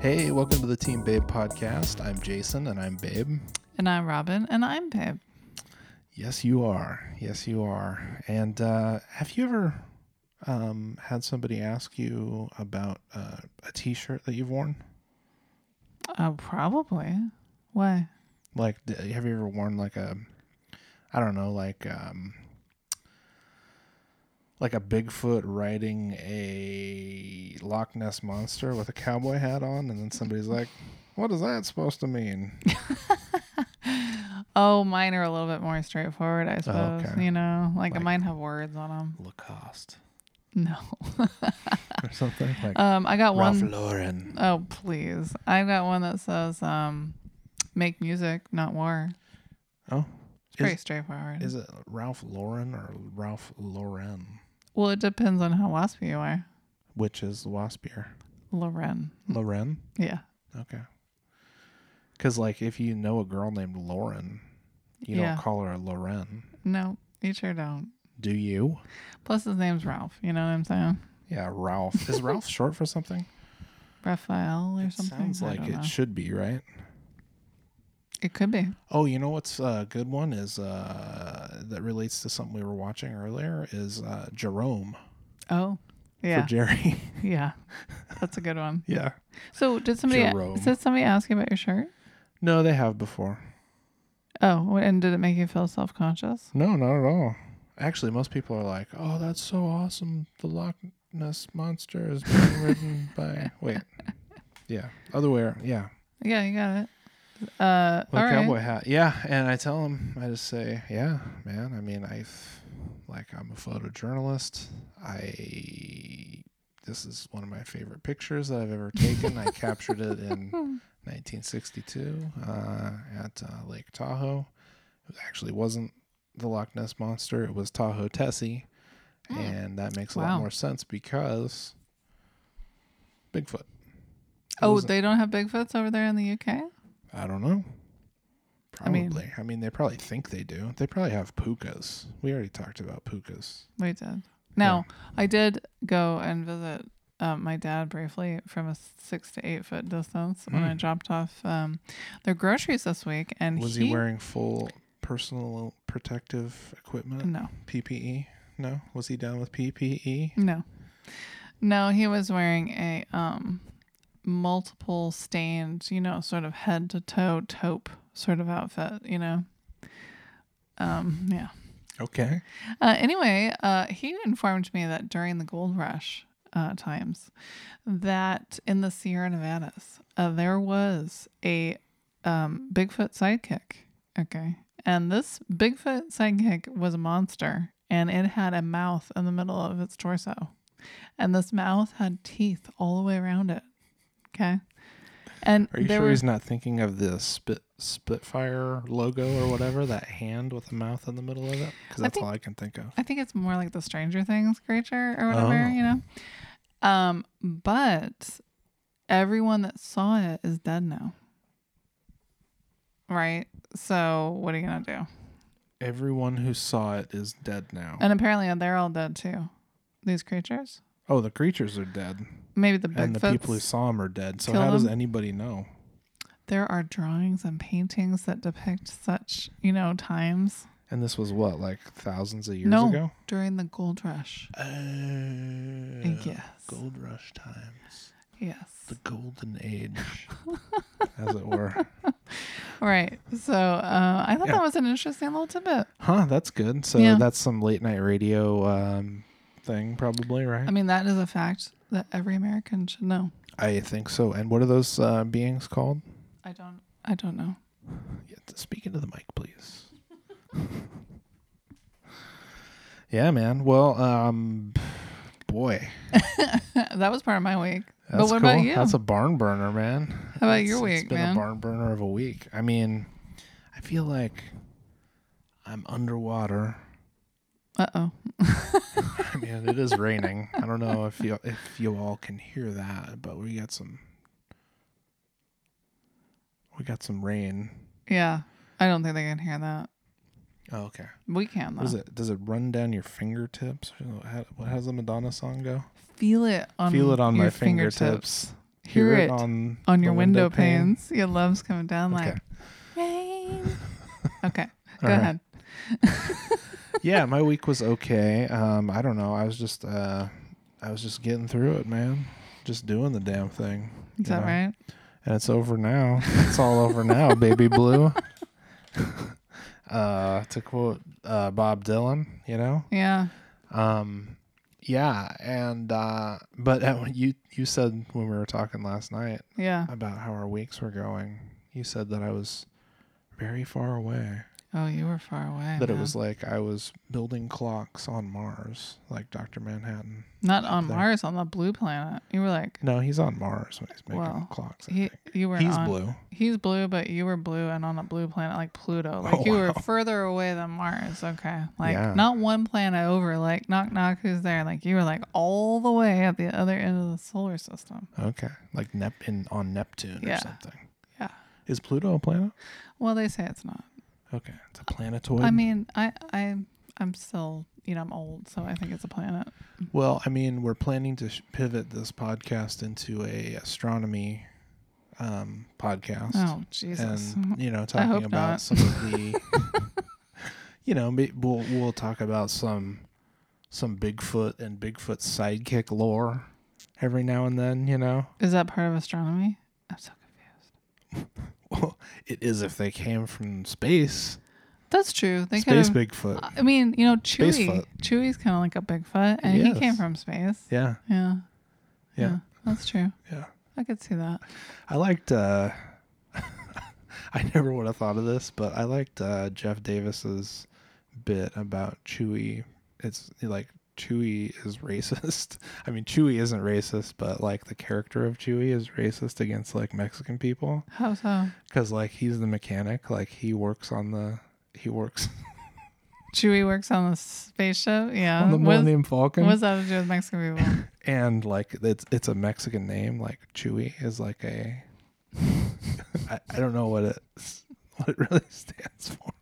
Hey, welcome to the Team Babe podcast. I'm Jason and I'm Babe. And I'm Robin, and I'm Babe. Yes, you are. Yes, you are. And uh, have you ever um, had somebody ask you about uh, a t shirt that you've worn? Uh, probably. Why? Like, d- have you ever worn like a, I don't know, like, um, like a Bigfoot riding a Loch Ness monster with a cowboy hat on, and then somebody's like, "What is that supposed to mean?" Oh, mine are a little bit more straightforward, I suppose. Oh, okay. You know, like, Like- mine have words on them. Lacoste No. or something like Um, I got Ralph one Lauren. oh please. I've got one that says, um, make music, not war. Oh, It's Is- pretty straightforward. is it Ralph Lauren or Ralph Lauren? well, it depends on how waspy you are. Which is Waspier? Loren. Lauren. Yeah. Okay. Because like, if you know a girl named Lauren, you Yeah. don't call her a Lauren, No, you sure don't. do you? Plus his name's Ralph, you know what I'm saying? Yeah, Ralph. Is Ralph short for something? Raphael or It something. sounds I like don't it know. should be right. it could be. Oh, you know what's a good one is uh, that relates to something we were watching earlier is uh, Jerome Oh. Yeah. for Jerry. Yeah, that's a good one. yeah. So did somebody Jerome. did somebody ask you about your shirt? No, they have before. Oh, and did it make you feel self conscious? No, not at all. Actually, most people are like, "Oh, that's so awesome! The Loch Ness monster is being ridden by." Wait, yeah, other way. ar- Yeah, Yeah, you got it. Uh, with all a right. cowboy hat. Yeah, and I tell them, I just say, "Yeah, man. I mean, I, like, I'm a photojournalist. I, this is one of my favorite pictures that I've ever taken. I captured it in 1962 uh, at uh, Lake Tahoe. It actually wasn't the Loch Ness monster; it was Tahoe Tessie, Hmm. and that makes a Wow. lot more sense because Bigfoot. It Oh, wasn't- they don't have Bigfoots over there in the UK. I don't know. I mean- Probably. I mean, they probably think they do. They probably have pukas. We already talked about pukas. We did. Now I did go and visit um, my dad briefly from a six to eight foot distance when I Mm. dropped off um, their groceries this week, and Was he, wearing full personal protective equipment? no PPE? No. Was he down with E? PPE? No. No, he was wearing a um multiple stained, you know, sort of head to toe taupe sort of outfit, you know. Um, yeah. Okay. Uh, anyway, uh, he informed me that during the gold rush uh, times, that in the Sierra Nevadas, uh, there was a um, Bigfoot sidekick. Okay. And this Bigfoot sidekick was a monster and it had a mouth in the middle of its torso. And this mouth had teeth all the way around it. Okay. And Are you there sure were, he's not thinking of the spit Spitfire logo or whatever? That hand with the mouth in the middle of it? Because I that's think- all I can think of. I think it's more like the Stranger Things creature or whatever, Oh. you know. Um, but everyone that saw it is dead now. Right? So what are you gonna do? Everyone who saw it is dead now. And apparently they're all dead too. These creatures? oh, the creatures are dead. Maybe the And the people who Bigfoots. saw him are dead. So killed how does them? anybody know? there are drawings and paintings that depict such, you know, times And this was what, like thousands of years No. ago? during the gold rush. Uh, yes. Gold rush times. Yes. The golden age, as it were. Right. So uh, I thought Yeah. that was an interesting little tidbit. Huh, that's good. So Yeah. that's some late night radio um, thing, probably, right? I mean, that is a fact that every American should know. I think so. And what are those uh, beings called? I don't. I don't know. Yeah, t- Speak into the mic, please. yeah, man. Well, um, boy. that was part of my week. That's but what about cool. you? That's a barn burner, man. How about your It's- week, It's been man? a barn burner of a week. I mean, I feel like I'm underwater. uh oh. I mean, it is raining. I don't know if you if you all can hear that, but we got some we got some rain. Yeah. I don't think they can hear that. Oh, okay. We can though. What is it? Does it run down your fingertips? How, how does the Madonna song go? Feel it on. Feel it on your my fingertips. Hear it on on the your window, pane. panes. Your love's coming down like Okay. rain. Okay, go All right. ahead. yeah, my week was okay. Um, I don't know. I was just uh, I was just getting through it, man. Just doing the damn thing. Is you that know? right? And it's over now. It's all over now, baby blue. uh, to quote uh, Bob Dylan, you know. Yeah. Um, yeah, and uh, but uh, you you said when we were talking last night Yeah. about how our weeks were going, you said that I was very far away. Oh, you were far away. that it man. was like I was building clocks on Mars, like Doctor Manhattan. not on there. Mars, on the blue planet. You were like No, he's on Mars when he's making Well, clocks. I he, think. you were he's on, blue. He's blue, but you were blue and on a blue planet like Pluto. Like Oh, you were wow. further away than Mars. Okay. Like Yeah. not one planet over. Like knock knock, who's there? Like you were like all the way at the other end of the solar system. Okay, like Nep in on Neptune Yeah. or something. Yeah. Is Pluto a planet? Well, they say it's not. Okay, it's a planetoid. I mean, I I I'm still you know I'm old, so I think it's a planet. well, I mean, we're planning to sh- pivot this podcast into a astronomy um, podcast. Oh Jesus. and you know talking hope about not. some of the you know may- we'll we'll talk about some some Bigfoot and Bigfoot sidekick lore every now and then you know Is that part of astronomy? I'm so confused. well it is if they came from space That's true. They Uh, could space have. Bigfoot I mean, you know, Chewie. Spacefoot. Chewie's kind of like a Bigfoot, and he came Yes. from space. yeah Yeah. yeah That's true. yeah I could see that. I liked uh I never would have thought of this but I liked uh Jeff Davis's bit about Chewy it's like Chewy is racist. I mean Chewy isn't racist but like the character of Chewy is racist against like Mexican people How so? cuz like he's the mechanic like he works on the he works Chewie works on the spaceship. Yeah. on the What- Millennium Falcon What's that to do with Mexican people? and like it's it's a Mexican name. Like Chewy is like a I, I don't know what it what it really stands for.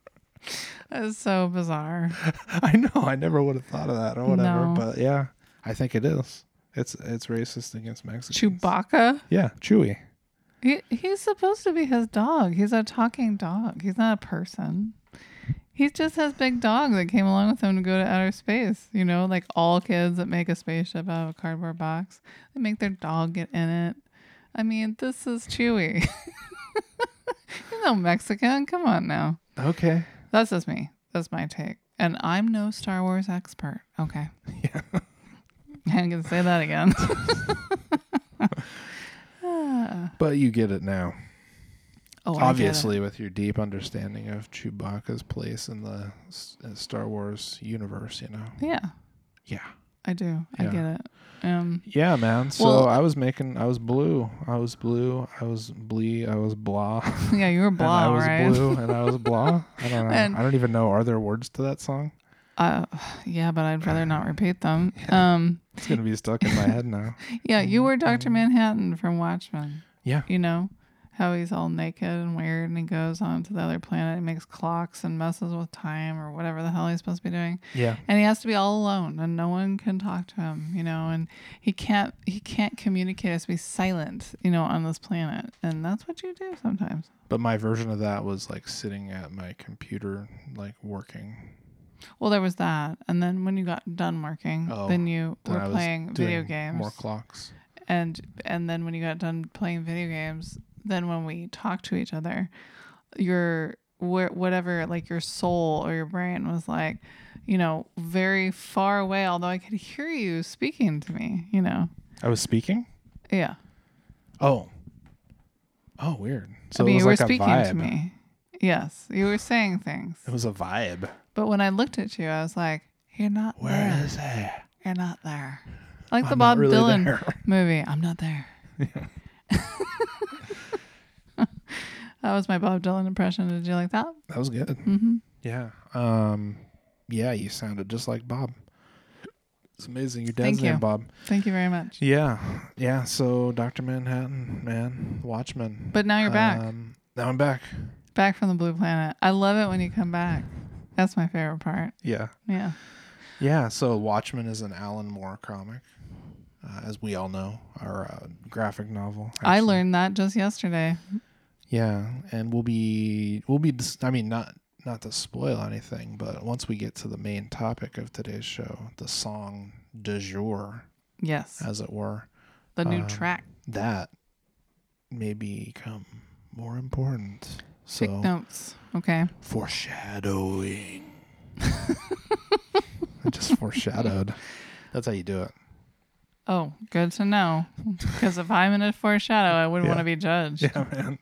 That's so bizarre. I know I never would have thought of that or whatever, No. but yeah, I think it is. It's it's racist against Mexicans. Chewbacca? Yeah, Chewy. He, he's supposed to be his dog. He's a talking dog. He's not a person. He's just his big dog that came along with him to go to outer space. You know, like all kids that make a spaceship out of a cardboard box, they make their dog get in it. I mean, this is Chewie. he's no Mexican. Come on now. Okay. That's just me. That's my take. And I'm no Star Wars expert. Okay. Yeah. I'm going to say that again. Ah. But you get it now. oh, I get it. Obviously, with your deep understanding of Chewbacca's place in the S- uh, Star Wars universe, you know. Yeah, Yeah. I do. I Yeah. get it. Um, Yeah, man. So Well- I was making. I was blue. I was blue. I was blee. I was blah. yeah, you were and I blah, was right? blue. And I was blah. I don't know. And- I don't even know. Are there words to that song? Uh, yeah, but I'd rather not repeat them. Um, It's gonna be stuck in my head now. yeah, you were Doctor Manhattan from Watchmen. Mm-hmm. Yeah. You know how he's all naked and weird, and he goes on to the other planet and makes clocks and messes with time or whatever the hell he's supposed to be doing. Yeah. and he has to be all alone and no one can talk to him you know and he can't he can't communicate he has to be silent you know on this planet and that's what you do sometimes But my version of that was like sitting at my computer, like working. well there was that and then when you got done working Oh, then you Then were I was playing video doing games More clocks. and and then when you got done playing video games then when we talked to each other your where whatever like your soul or your brain was like you know very far away although i could hear you speaking to me you know I was speaking. yeah Oh. Oh, weird. So I mean, it was you like were a speaking vibe. to me. Yes, you were saying things. It was a vibe. But when I looked at you, I was like, "You're not Where there. is it? You're not there." Like the I'm not Bob really Dylan there. movie, "I'm not there." that was my Bob Dylan impression. Did you like that? That was good. hmm Yeah. Um yeah, you sounded just like Bob. It's amazing. Your dad's Thank name you. Bob. Thank you very much. Yeah. Yeah. So Doctor Manhattan, man. Watchmen. But now you're back, Um, now I'm back. back from the Blue Planet. I love it when you come back. That's my favorite part. Yeah. Yeah. Yeah. So Watchmen is an Alan Moore comic. uh, as we all know, our uh, graphic novel. I actually. learned that just yesterday. Yeah, and we'll be we'll be. dis- I mean, not not to spoil anything, but once we get to the main topic of today's show, the song du jour, Yes, as it were, the new um, track. that may become more important. Take So notes. Okay. foreshadowing. I just foreshadowed. That's how you do it. Oh, good to know. Because if I'm in a foreshadow, I wouldn't Yeah. want to be judged. Yeah, man.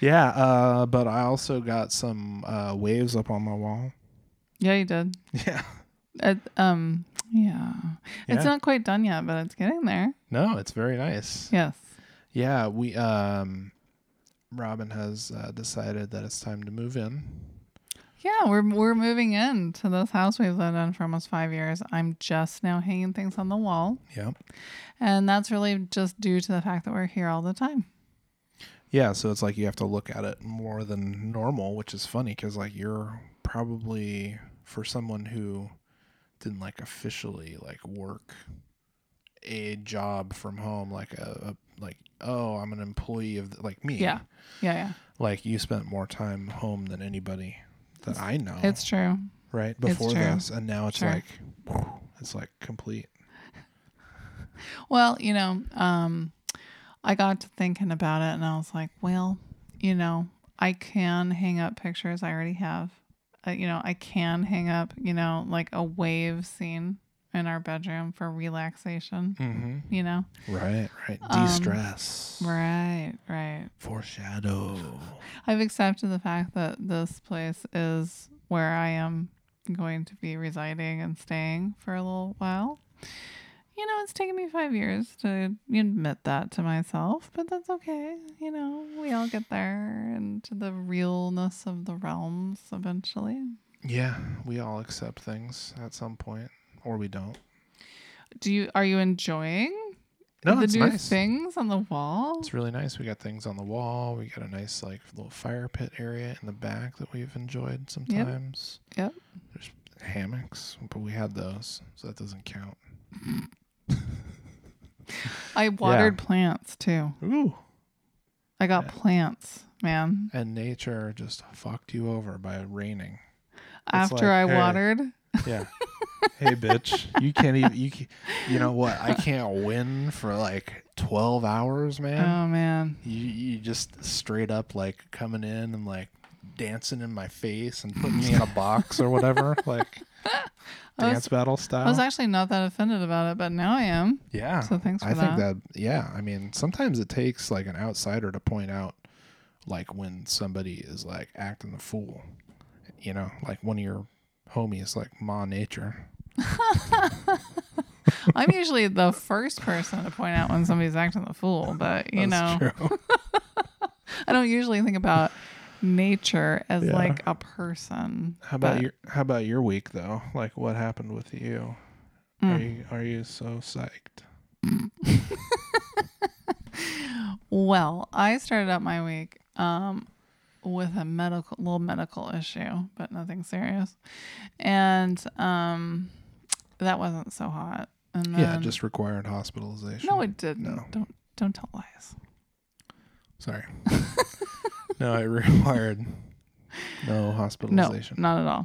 Yeah, uh, but I also got some uh, waves up on my wall. Yeah, you did. Yeah. It, um, yeah. Yeah. It's not quite done yet, but it's getting there. No, it's very nice. Yes. Yeah, we um Robin has uh, decided that it's time to move in. Yeah, we're we're moving in to this house we've lived in for almost five years. I'm just now hanging things on the wall, Yep. and that's really just due to the fact that we're here all the time. Yeah, so it's like you have to look at it more than normal, which is funny cuz like you're probably for someone who didn't like officially like work a job from home like a, a like oh, I'm an employee of the, like me. Yeah, yeah, Like you spent more time home than anybody that I know. yeah. It's true. right before true. this and now it's Sure. like it's like complete. Well, you know, um, I got to thinking about it, and I was like, well, you know, I can hang up pictures I already have. Uh, you know, I can hang up, you know, like a wave scene in our bedroom for relaxation. Mhm. You know, Right, right. Mm-hmm. Um, De stress. right, right. Foreshadow. I've accepted the fact that this place is where I am going to be residing and staying for a little while. You know, it's taken me five years to admit that to myself, but that's okay. You know, we all get there and to the realness of the realms eventually. Yeah, we all accept things at some point, or we don't. Do you are you enjoying No, the it's new nice. things on the wall? It's really nice. We got things on the wall. We got a nice like little fire pit area in the back that we've enjoyed sometimes. Yep. There's hammocks, but we had those, so that doesn't count. I watered plants too. Ooh. I got Yeah. plants, man. And nature just fucked you over by raining. After like, I hey, watered, Yeah. hey, bitch, you can't even. You, ca- you know what? I can't win for like twelve hours, man. oh man. you you just straight up like coming in and like dancing in my face and putting me in a box or whatever like I was- dance battle style I was actually not that offended about it, but now I am. yeah So thanks for Oh, i that. think that yeah i mean sometimes it takes like an outsider to point out like when somebody is like acting the fool you know like one of your homies like ma nature I'm usually the first person to point out when somebody's acting the fool, but you know, That's true. I don't usually think about nature as Yeah. like a person. how about but- your how about your week though like what happened with you are Mm. you are you so psyched Well, I started out my week um, with a medical little medical issue, but nothing serious, and um, that wasn't so hot. And then, yeah just required hospitalization no, it didn't. Um, No. Don't don't tell lies. Sorry. no, it required no No, hospitalization. not at all.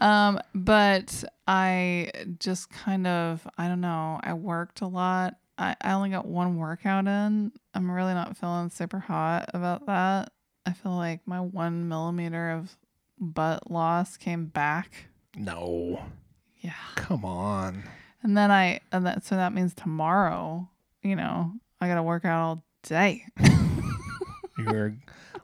Um, but I just kind of, I don't know, I worked a lot. I, I only got one workout in. I'm really not feeling super hot about that. I feel like my one millimeter of butt loss came back. No. Yeah. Come on. And then I, and that, so that means tomorrow, you know, I got to work out all day. You're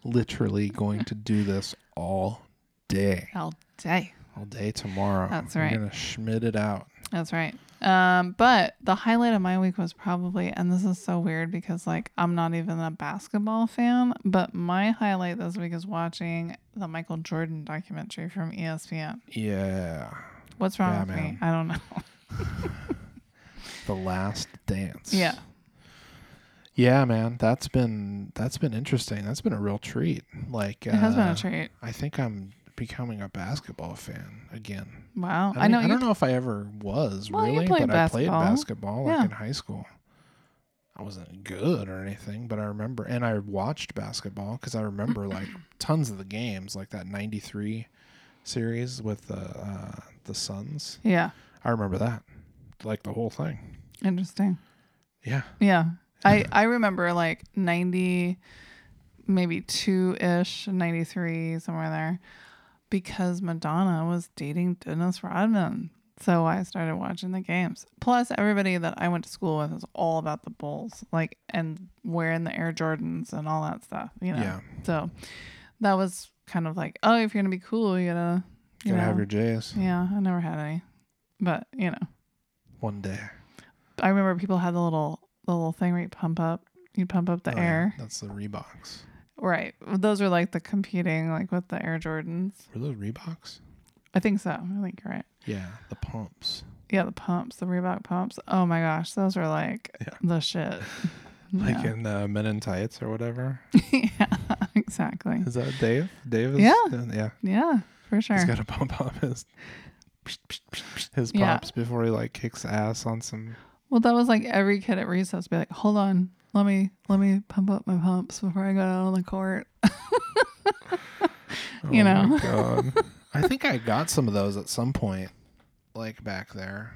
literally going to do this all day. All day. All day tomorrow. That's You're right. gonna schmid it out. That's right. Um, but the highlight of my week was probably, and this is so weird because like I'm not even a basketball fan, but my highlight this week is watching the Michael Jordan documentary from E ESPN. Yeah. What's wrong Yeah, with me? man. I don't know. The last dance. Yeah. Yeah, man. That's been that's been interesting. That's been a real treat. Like it has been uh, a treat. I think I'm becoming a basketball fan again. Wow. I, I, know don't- e- I you don't know if I ever was Well, you really, played but I played basketball. basketball like Yeah. in high school. I wasn't good or anything, but I remember, and I watched basketball because I remember like tons of the games, like that '93 series with the uh, the Suns. Yeah. I remember that, like the whole thing. Interesting. Yeah, Yeah. I I remember like 90 maybe 2ish, 93 somewhere there because Madonna was dating Dennis Rodman. So I started watching the games. Plus everybody that I went to school with was all about the Bulls, like and wearing the Air Jordans and all that stuff, you know. Yeah. So that was kind of like, oh, if you're going to be cool, you got to you gotta know. have your J's yeah, I never had any. But, you know, one day. I remember people had the little the little thing where you pump up, you pump up the Oh, yeah, air. That's the Reeboks. Right. Those are like the competing, like with the Air Jordans. Were those Reeboks? I think so. I think you're right. Yeah, the pumps. Yeah, the pumps, the Reebok pumps. Oh my gosh, those are like Yeah. the shit. Like yeah. in uh, Men in Tights or whatever. yeah, exactly. Is that Dave? Dave is. Yeah. Yeah. Yeah, for sure. He's got to pump up his his Yeah. pops before he like kicks ass on some. well, that was like every kid at recess be like, "Hold on, let me let me pump up my pumps before I go out on the court." You Oh my know. God. I think I got some of those at some point, like back there.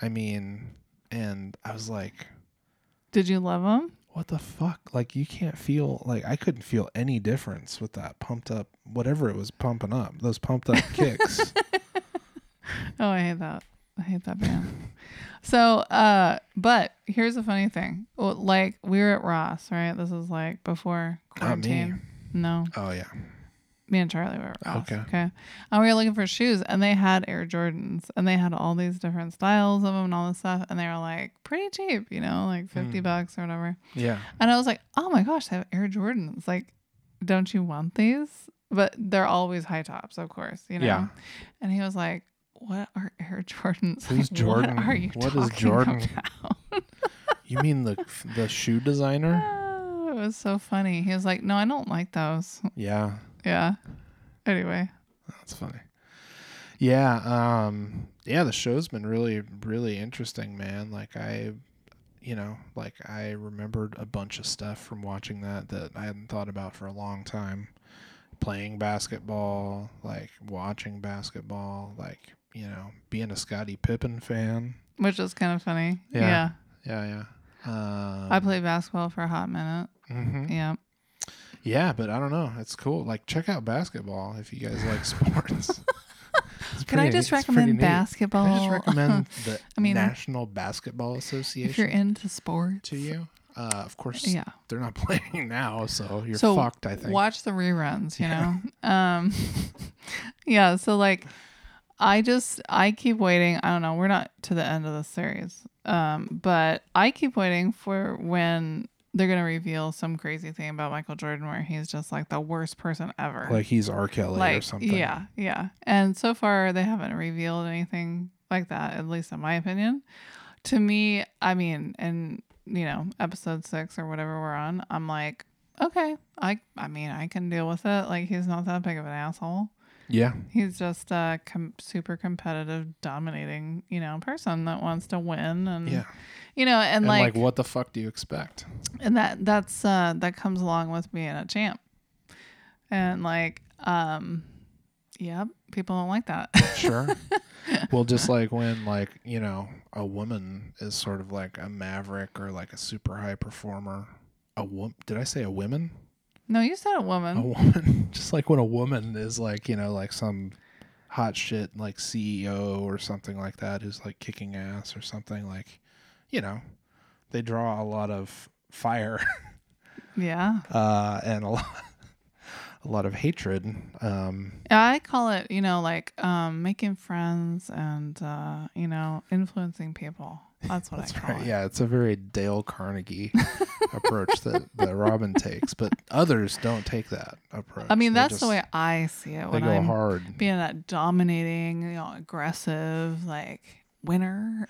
I mean, and I was like, Did you love them? "What the fuck?" Like you can't feel like I couldn't feel any difference with that pumped up whatever it was pumping up. Those pumped up kicks. Oh, I hate that. I hate that band. so, uh, but here's a funny thing. Well, Like we were at Ross, right? This is like before Not me. quarantine. No, Oh yeah. me and Charlie were at Ross. Okay. Okay. And we were looking for shoes, and they had Air Jordans, and they had all these different styles of them and all this stuff, and they were like pretty cheap, you know, like fifty Mm. bucks or whatever. Yeah. And I was like, oh my gosh, they have Air Jordans. Like, don't you want these? But they're always high tops, of course, you know. Yeah. And he was like, "What are Air Jordans? Who's Like, Jordan? What are you What is talking Jordan? about?" You mean the the shoe designer? Oh, it was so funny. He was like, "No, I don't like those." Yeah. Yeah. Anyway, That's funny. Yeah, um yeah, the show's been really really interesting, man. Like I you know, like I remembered a bunch of stuff from watching that that I hadn't thought about for a long time. Playing basketball, like watching basketball, like, you know, being a Scottie Pippen fan. which is kind of funny. Yeah. Yeah. Yeah, yeah. Um, I played basketball for a hot minute. mhm. Yeah. Yeah, but I don't know. It's cool. Like, check out basketball if you guys like sports. It's Can I pretty- just it's pretty recommend neat. basketball? Can I just recommend the Oh. I mean, National Basketball if you're Association into sports. to you. Uh, of course, Yeah. they're not playing now, so you're So, fucked. I think. Watch the reruns, you Yeah. know. Um yeah, so like I just I keep waiting. I don't know, we're not to the end of the series. Um but I keep waiting for when they're going to reveal some crazy thing about Michael Jordan where he's just like the worst person ever. Like he's R. Kelly or Like, something. yeah, yeah. And so far they haven't revealed anything like that at least in my opinion. To me, I mean, and you know, episode 6 or whatever we're on, I'm like okay, I I mean I can deal with it. Like he's not that big of an asshole. Yeah. He's just a com- super competitive, dominating you know person that wants to win Mm. and Yeah. you know and, And like, like, what the fuck do you expect? and that that's uh that comes along with being a champ and like um yeah people don't like that Sure. well, just like when like you know a woman is sort of like a maverick or like a super high performer. A wo- Did I say a woman? no you said a a woman woman just like when a woman is like you know like some hot shit like ceo or something like that who's like kicking ass or something like you know they draw a lot of fire yeah uh and a lot a lot of hatred um i call it you know like um making friends and uh you know influencing people that's what that's i call right it yeah it's a very dale carnegie approach that that robin takes but others don't take that approach I mean, They that's the just- way I see it they when go I'm hard being that dominating, you know, aggressive, like winner.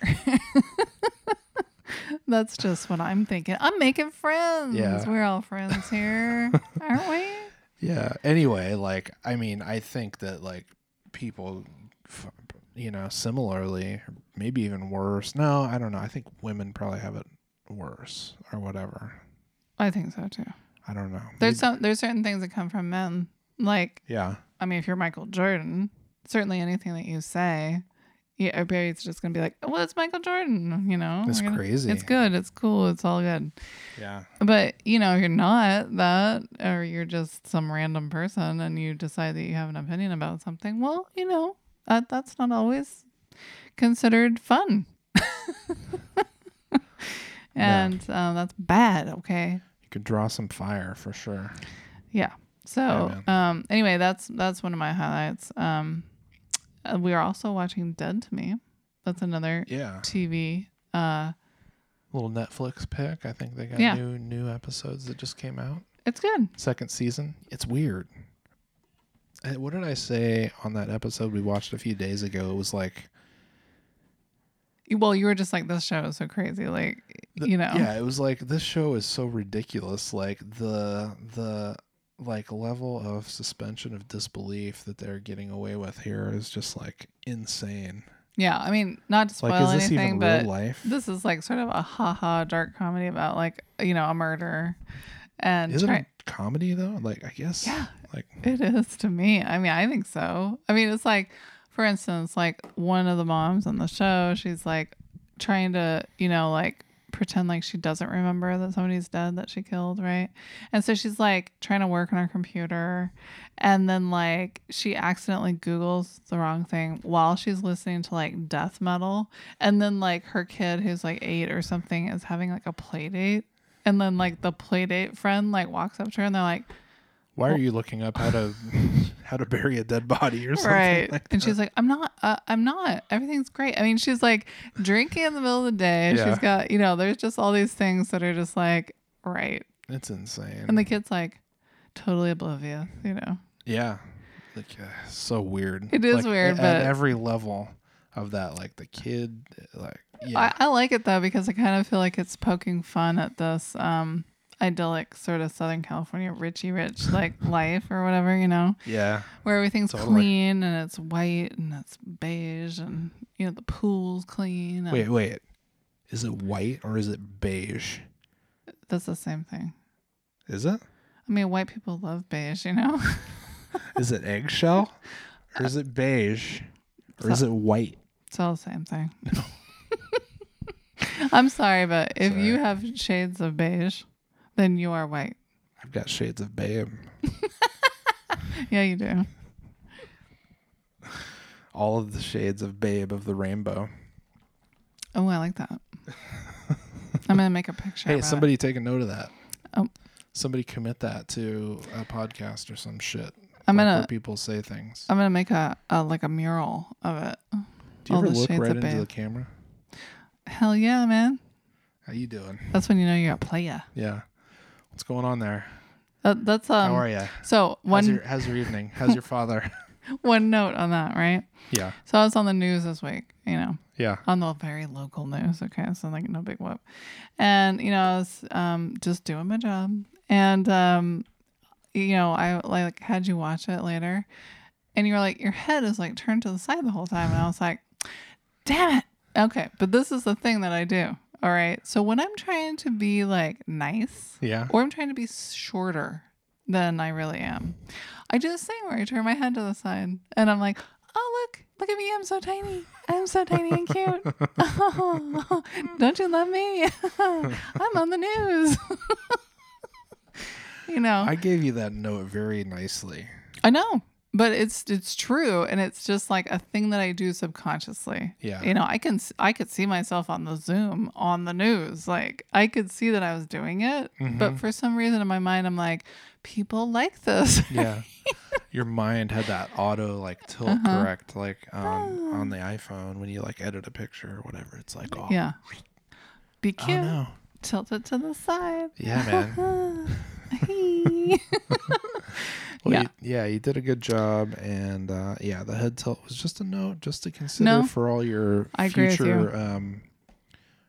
that's just what I'm thinking. I'm making friends. Yeah. We're all friends here, aren't we? Yeah. Anyway, like I mean, I think that like people, f- you know, similarly, maybe even worse. No, I don't know. I think women probably have it worse or whatever. I think so too. I don't know. There's some there's certain things that come from men. Like Maybe- yeah. I mean, if you're Michael Jordan, certainly anything that you say, yeah, everybody's just gonna be like, "Well, it's Michael Jordan," you know. It's We're gonna- crazy. It's good. It's cool. It's all good. Yeah. But you know, if you're not that, or you're just some random person, and you decide that you have an opinion about something, well, you know, that that's not always considered fun, and um, that's bad. Okay, You could draw some fire for sure. yeah. So, Amen. um, anyway, that's that's one of my highlights. Um, uh, we are also watching Dead to Me. That's another Yeah. TV. Uh, Little Netflix pick. I think they got Yeah. new new episodes that just came out. it's good. Second season. It's weird. Uh, What did I say on that episode we watched a few days ago? It was like Well, you were just like this show is so crazy, like The- you know. yeah it was like this show is so ridiculous like the the like level of suspension of disbelief that they're getting away with here is just like insane Yeah, I mean, not to It's spoil like is this anything, even but real life this is like sort of a haha dark comedy about like you know a murder, and is it try- a comedy though like i guess yeah, like it is to me. I mean, I think so. I mean, it's like, for instance, like one of the moms on the show, she's like trying to you know like pretend like she doesn't remember that somebody's dead that she killed, right? And so she's like trying to work on her computer, and then like she accidentally Googles the wrong thing while she's listening to like death metal. And then like her kid who's like eight or something is having like a play date. And then like the play date friend like walks up to her and they're like, why are you looking up how to how to bury a dead body or something right. like and she's like, I'm not, uh, I'm not, everything's great. I mean, she's like drinking in the middle of the day. Yeah. She's got, you know, there's just all these things that are just like, right. it's insane And the kid's like totally oblivious, you know. yeah like uh, so weird It is Like, weird, at, but- at every level of that like the kid like yeah I, I like it though because I kind of feel like it's poking fun at this um, idyllic sort of Southern California Richie Rich like life or whatever you know, yeah where everything's Totally. clean and it's white and it's beige and you know the pool's clean. And Wait, wait. Is it white or is it beige? that's the same thing. Is it? I mean, white people love beige, you know. Is it eggshell? Or is it beige? Or is it white? It's all the same thing. I'm sorry, but if Sorry. you have shades of beige, then you are white. I've got shades of babe. Yeah, you do. All of the shades of babe of the rainbow. Oh, I like that. I'm gonna make a picture. Hey, about it. somebody take a note of that. Oh. Somebody commit that to a podcast or some shit. I'm like gonna where people say things. I'm gonna make a, a like a mural of it. Do you all ever the look shades right of into the babe. camera? Hell yeah, man! How you doing? That's when you know you're a player. Yeah. What's going on there? That, that's um. How are you? So one How's your, how's your evening? How's your father? one note on that, right? yeah. So I was on the news this week. You know, Yeah. on the very local news. Okay, so like no big whoop. And you know, I was um, just doing my job, and um, you know, I like had you watch it later, and you were like, your head is like turned to the side the whole time, and I was like, damn it. Okay, but this is the thing that I do. All right, so when I'm trying to be like nice, Yeah. or I'm trying to be shorter than I really am. I do this thing where I turn my head to the side and I'm like, oh, look, look at me. I'm so tiny. I'm so tiny and cute. Oh, don't you love me? I'm on the news. you know, I I, gave you that note very nicely. know, but it's it's true. And it's just like a thing that I do subconsciously. Yeah. You know, I can s- I could see myself on the Zoom on the news. Like I could see that I was doing it, Mm-hmm. but for some reason in my mind I'm like people like this. yeah your mind had that auto like tilt Uh-huh. correct like Oh. um, on the iphone when you like edit a picture or whatever it's like oh, yeah. Be oh cute. no Tilt it to the side. yeah man Hey. well, Yeah. You, yeah you did a good job and uh, yeah the head tilt was just a note just to consider No. for all your I agree with you. future um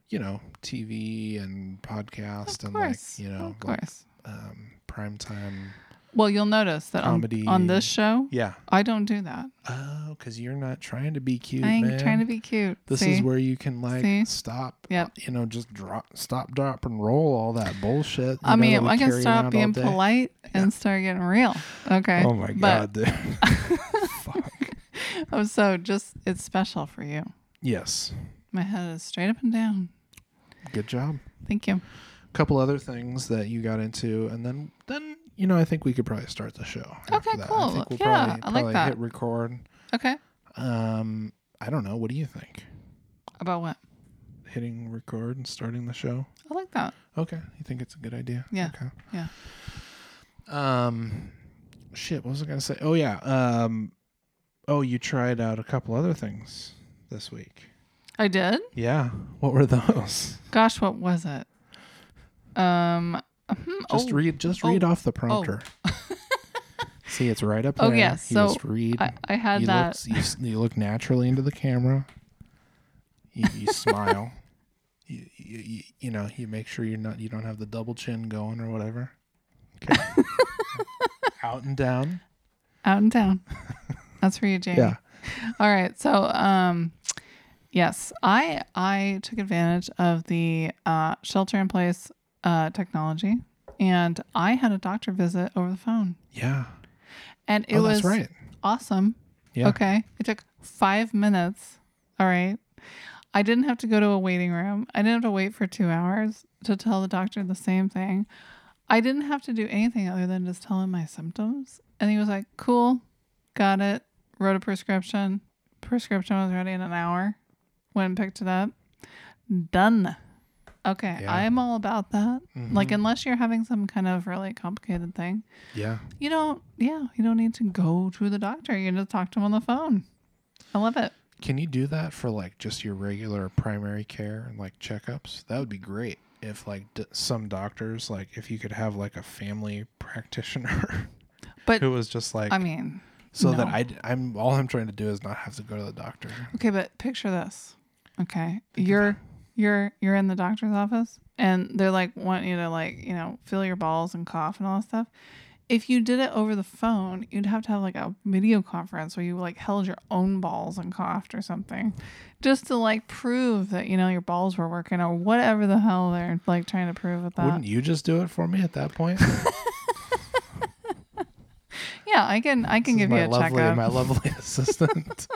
you know tv and podcast of and course. like you know of like, course. um prime time Well, you'll notice that on, Comedy. on this show, Yeah. I don't do that. Oh, because you're not trying to be cute, I ain't man. trying to be cute. this See? is where you can like See? stop. uh, Yep. You know, just drop, stop, drop, and roll all that bullshit. you know, I that mean, we I can carry stop around all being day. polite and start getting real. Okay. Oh my god, But- dude. Fuck. Oh, so just it's special for you. Yes. My head is straight up and down. Good job. Thank you. A couple other things that you got into, and then then you know I think we could probably start the show. after Okay, that. I cool. think we'll Yeah, probably, I like probably that. hit record. Okay. Um, I don't know. What do you think? About what? Hitting record and starting the show. I like that. Okay, you think it's a good idea? Yeah. Okay. Yeah. Um, shit. What was I gonna say? Oh yeah. Um, oh you tried out a couple other things this week. I did. Yeah. What were those? Gosh, what was it? Um. hmm, Just oh, read. Just oh, read off the prompter. See, it's right up Oh, there. yes, You so just read. I, I had you that. Look, you, s- you look naturally into the camera. You, you smile. You, you, you, you know, you make sure you're not you don't have the double chin going or whatever. Okay. Out and down. Out and down. That's for you, Jamie. Yeah. All right. So, um, yes, I I took advantage of the uh, shelter in place uh, technology, and I had a doctor visit over the phone, Yeah. and it oh, was that's right. awesome. Yeah. Okay. It took five minutes. All right. I didn't have to go to a waiting room. I didn't have to wait for two hours to tell the doctor the same thing. I didn't have to do anything other than just tell him my symptoms. And he was like, cool, got it. Wrote a prescription. Prescription was ready in an hour. Went and picked it up. Done. Okay. Yeah. I'm all about that. Mhm. Like, unless you're having some kind of really complicated thing, Yeah. you don't yeah you don't need to go to the doctor you can just talk to him on the phone i love it Can you do that for like just your regular primary care and like checkups? That would be great. If like d- some doctors, like if you could have like a family practitioner But- who was just like, i mean so that No. I, am all I'm trying to do is not have to go to the doctor. okay but picture this okay you're you're you're in the doctor's office and they're like want you to like you know feel your balls and cough and all that stuff if you did it over the phone you'd have to have like a video conference where you like held your own balls and coughed or something just to like prove that you know your balls were working or whatever the hell they're like trying to prove with that Wouldn't you just do it for me at that point? yeah i can i can This is give you my a lovely, checkup my lovely assistant,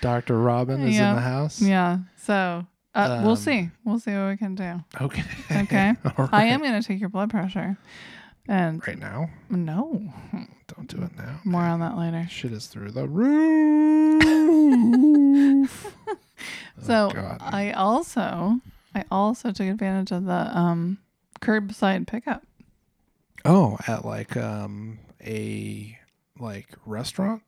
Doctor Robin, is Yeah. in the house. Yeah. So uh, we'll Um, see. We'll see what we can do. Okay. Okay. All right. I am going to take your blood pressure. And right now. no, Don't do it now. more on that later. Shit is through the roof. so Oh, God. I also, I also took advantage of the um, curbside pickup. oh, at like um a like restaurant,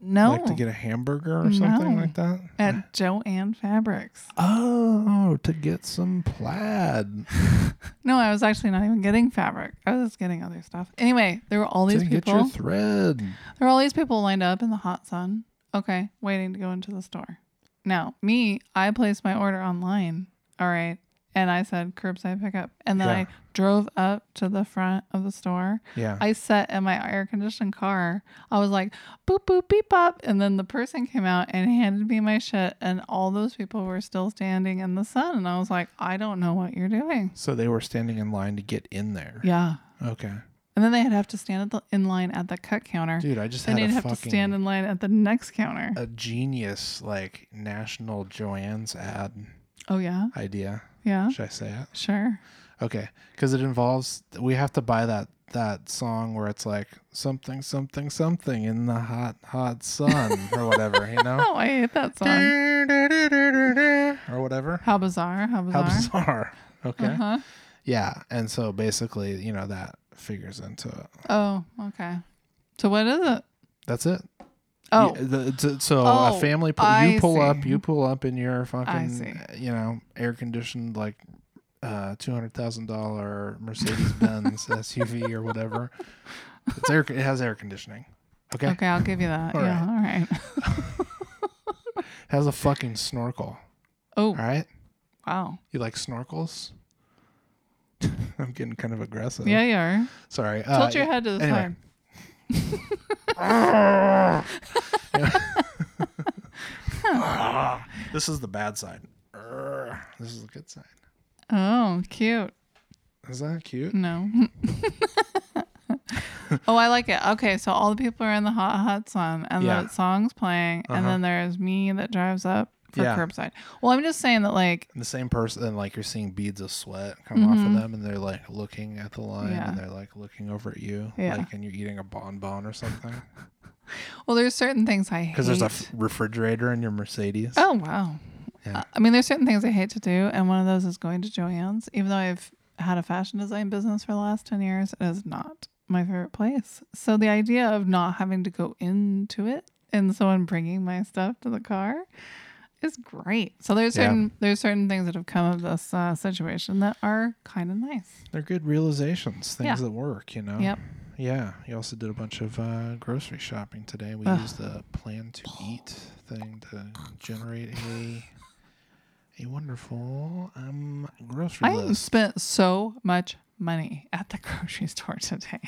No, like to get a hamburger or something No. like that. at Joanne Fabrics. Oh, to get some plaid. No, I was actually not even getting fabric. I was just getting other stuff. Anyway, there were all these to get people. your thread. There are all these people lined up in the hot sun. Okay, waiting to go into the store. Now, me, I placed my order online. All right. And I said curbside pickup. And then Yeah. I drove up to the front of the store. Yeah. I sat in my air conditioned car. I was like, boop, boop, beep, bop. And then the person came out and handed me my shit. And all those people were still standing in the sun. And I was like, I don't know what you're doing. so they were standing in line to get in there. Yeah. Okay. And then they'd have to stand at the, in line at the cut counter. Dude, I just and had they'd a have fucking to stand in line at the next counter. a genius like national Joanne's ad Oh yeah, idea. yeah, Should I say it? sure. Okay, because it involves we have to buy that that song where it's like something something something in the hot hot sun or whatever you know Oh, I hate that song. or whatever. How bizarre! How How bizarre! bizarre. Okay. Uh-huh. Yeah, and so basically, you know, that figures into it. Oh, okay. So what is it? That's it. Oh, Yeah, the- t- so Oh, a family pull, I you pull up, see. you pull up in your fucking, see. you know, air conditioned like uh, two hundred thousand dollar Mercedes Benz SUV or whatever. It's air. It has air conditioning. Okay. okay. I'll give you that. All yeah. All right. has a fucking snorkel. Oh All right. wow. You like snorkels? I'm getting kind of aggressive. Yeah, you are. Sorry. Tilt your head to the Uh, anyway. side. this is the bad side. Arrgh. This is the good side. Oh, cute. Is that cute? No. oh, I like it. Okay, so all the people are in the hot hot sun, and Yeah. the song's playing, and Uh-huh. then there's me that drives up for Yeah. curbside. Well, I'm just saying that, like, And the same person, like you're seeing beads of sweat come off of Mhm. them, and they're like looking at the line, Yeah. and they're like looking over at you, Yeah. like, and you're eating a bonbon or something. well, there's certain things I hate. Because there's a f- refrigerator in your Mercedes. oh wow. Yeah. Uh, I mean, there's certain things I hate to do, and one of those is going to Joann's. Even though I've had a fashion design business for the last ten years, it is not my favorite place. So the idea of not having to go into it and someone bringing my stuff to the car is great. So there's Yeah. certain there's certain things that have come of this uh, situation that are kind of nice. They're good realizations, things Yeah. that work, you know? Yep. Yeah. You also did a bunch of uh, grocery shopping today. We used the plan to eat thing to generate a a wonderful um grocery I list. spent so much money at the grocery store today.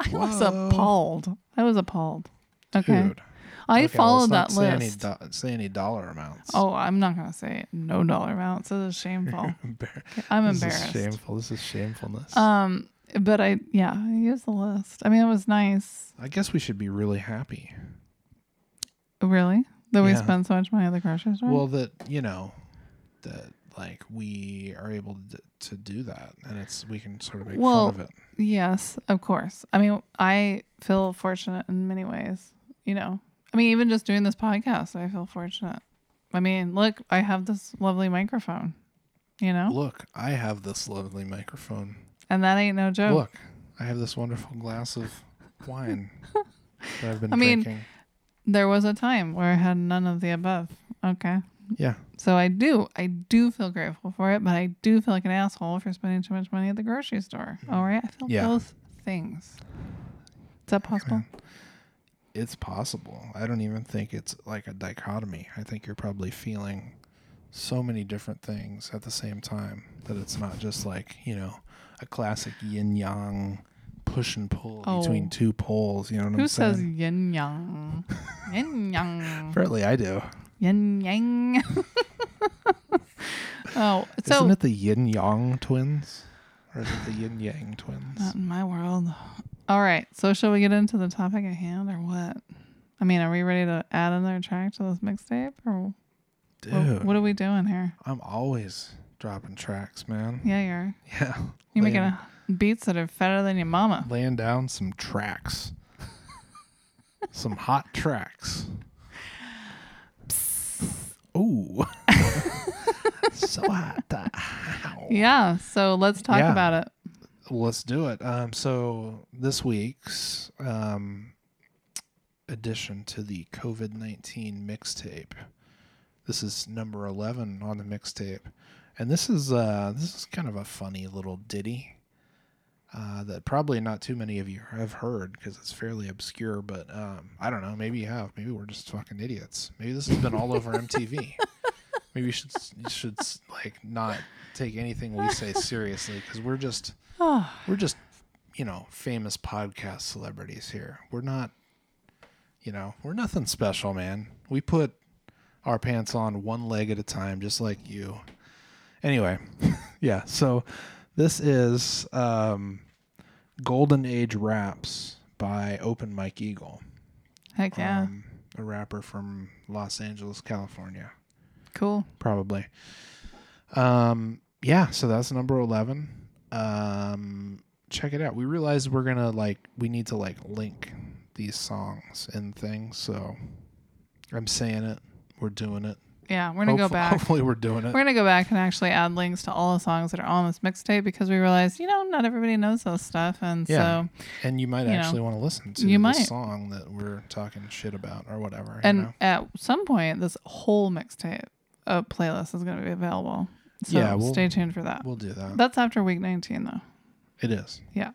I was Whoa. appalled. I was appalled. Okay. Dude. I Okay, well, followed let's that not say list. Any do- say any dollar amounts. Oh, I'm not gonna say it. no dollar amounts. This is shameful. Embar- I'm this embarrassed. Is shameful. This is shamefulness. Um, but I yeah, I used the list. I mean, it was nice. I guess we should be really happy. Really, that we Yeah. spend so much money at the grocery store. Well, that you know, that like we are able to, to do that, and it's we can sort of make Well, fun of it. yes, of course. I mean, I feel fortunate in many ways. You know, I mean, even just doing this podcast, I feel fortunate. I mean, look, I have this lovely microphone. You know, Look, I have this lovely microphone. and that ain't no joke. Look, I have this wonderful glass of wine that I've been I mean- drinking. There was a time where I had none of the above. Okay. yeah, So I do, I do feel grateful for it, but I do feel like an asshole for spending too much money at the grocery store. All right, I feel Mm. Yeah. both things. Is that possible? it's possible. I don't even think it's like a dichotomy. I think you're probably feeling so many different things at the same time that it's not just like you know a classic yin yang push and pull Oh. between two poles. You know what Who I'm saying? says yin yang? yin yang, Apparently, I do. yin yang. oh, so Isn't it the yin yang twins, or is it the yin Uh, yang twins? not in my world. All right, so shall we get into the topic at hand or what? I mean, are we ready to add another track to this mixtape or Dude, what, what are we doing here? I'm always dropping tracks, man. Yeah, you're Yeah, you're Laying- making a, beats that are fatter than your mama. laying down some tracks, some hot tracks. Ooh, so hot! Ow. Yeah, so let's talk Yeah. about it. Let's do it. Um, so this week's um, addition to the COVID nineteen mixtape. This is number eleven on the mixtape, and this is uh, this is kind of a funny little ditty uh, that probably not too many of you have heard because it's fairly obscure. But um, I don't know. Maybe you have. Maybe we're just fucking idiots. Maybe this has been all over MTV. Maybe you should you should like not take anything we say seriously because we're just Oh, we're just you know famous podcast celebrities here we're not you know we're nothing special man we put our pants on one leg at a time just like you anyway yeah so this is um golden age raps by open mike eagle heck yeah. um, a rapper from los angeles california cool. probably. Um, yeah, so that's number eleven. Um, check it out. We realized we're gonna like we need to like link these songs and things. So I'm saying it. We're doing it. Yeah, we're going to go Hopef- back. Hopefully, we're doing it. We're going to go back and actually add links to all the songs that are on this mixtape because we realized, you know, not everybody knows those stuff. And Yeah. so, and you might you know, actually want to listen to you the might. song that we're talking shit about or whatever. and you know? at some point, this whole mixtape uh, playlist is going to be available. So Yeah, we'll- stay tuned for that. we'll do that. That's after week 19, though. It is. Yeah.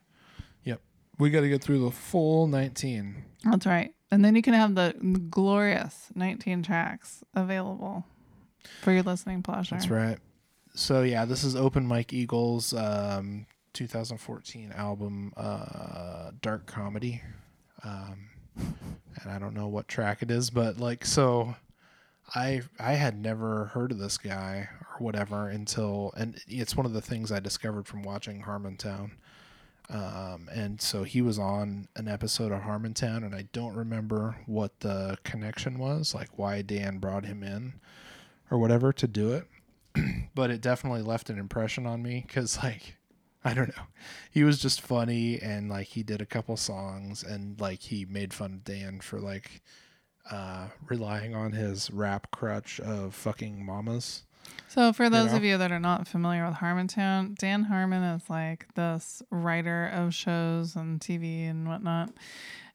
Yep. We got to get through the full nineteen. That's right. And then you can have the glorious 19 tracks available for your listening pleasure. That's right. So yeah, this is Open Mike Eagle's um, 2014 album, uh, Dark Comedy. um, and I don't know what track it is, but like so, I I had never heard of this guy or whatever until, and it's one of the things I discovered from watching Harmontown. Um, and so he was on an episode of Harmontown, and I don't remember what the connection was, like why Dan brought him in or whatever to do it. but it definitely left an impression on me because, like, I don't know. He was just funny and, like, he did a couple songs and, like, he made fun of Dan for, like, uh, relying on his rap crutch of fucking mamas. So, for those know? of you that are not familiar with Harmontown, Dan Harmon is like this writer of shows and TV and whatnot.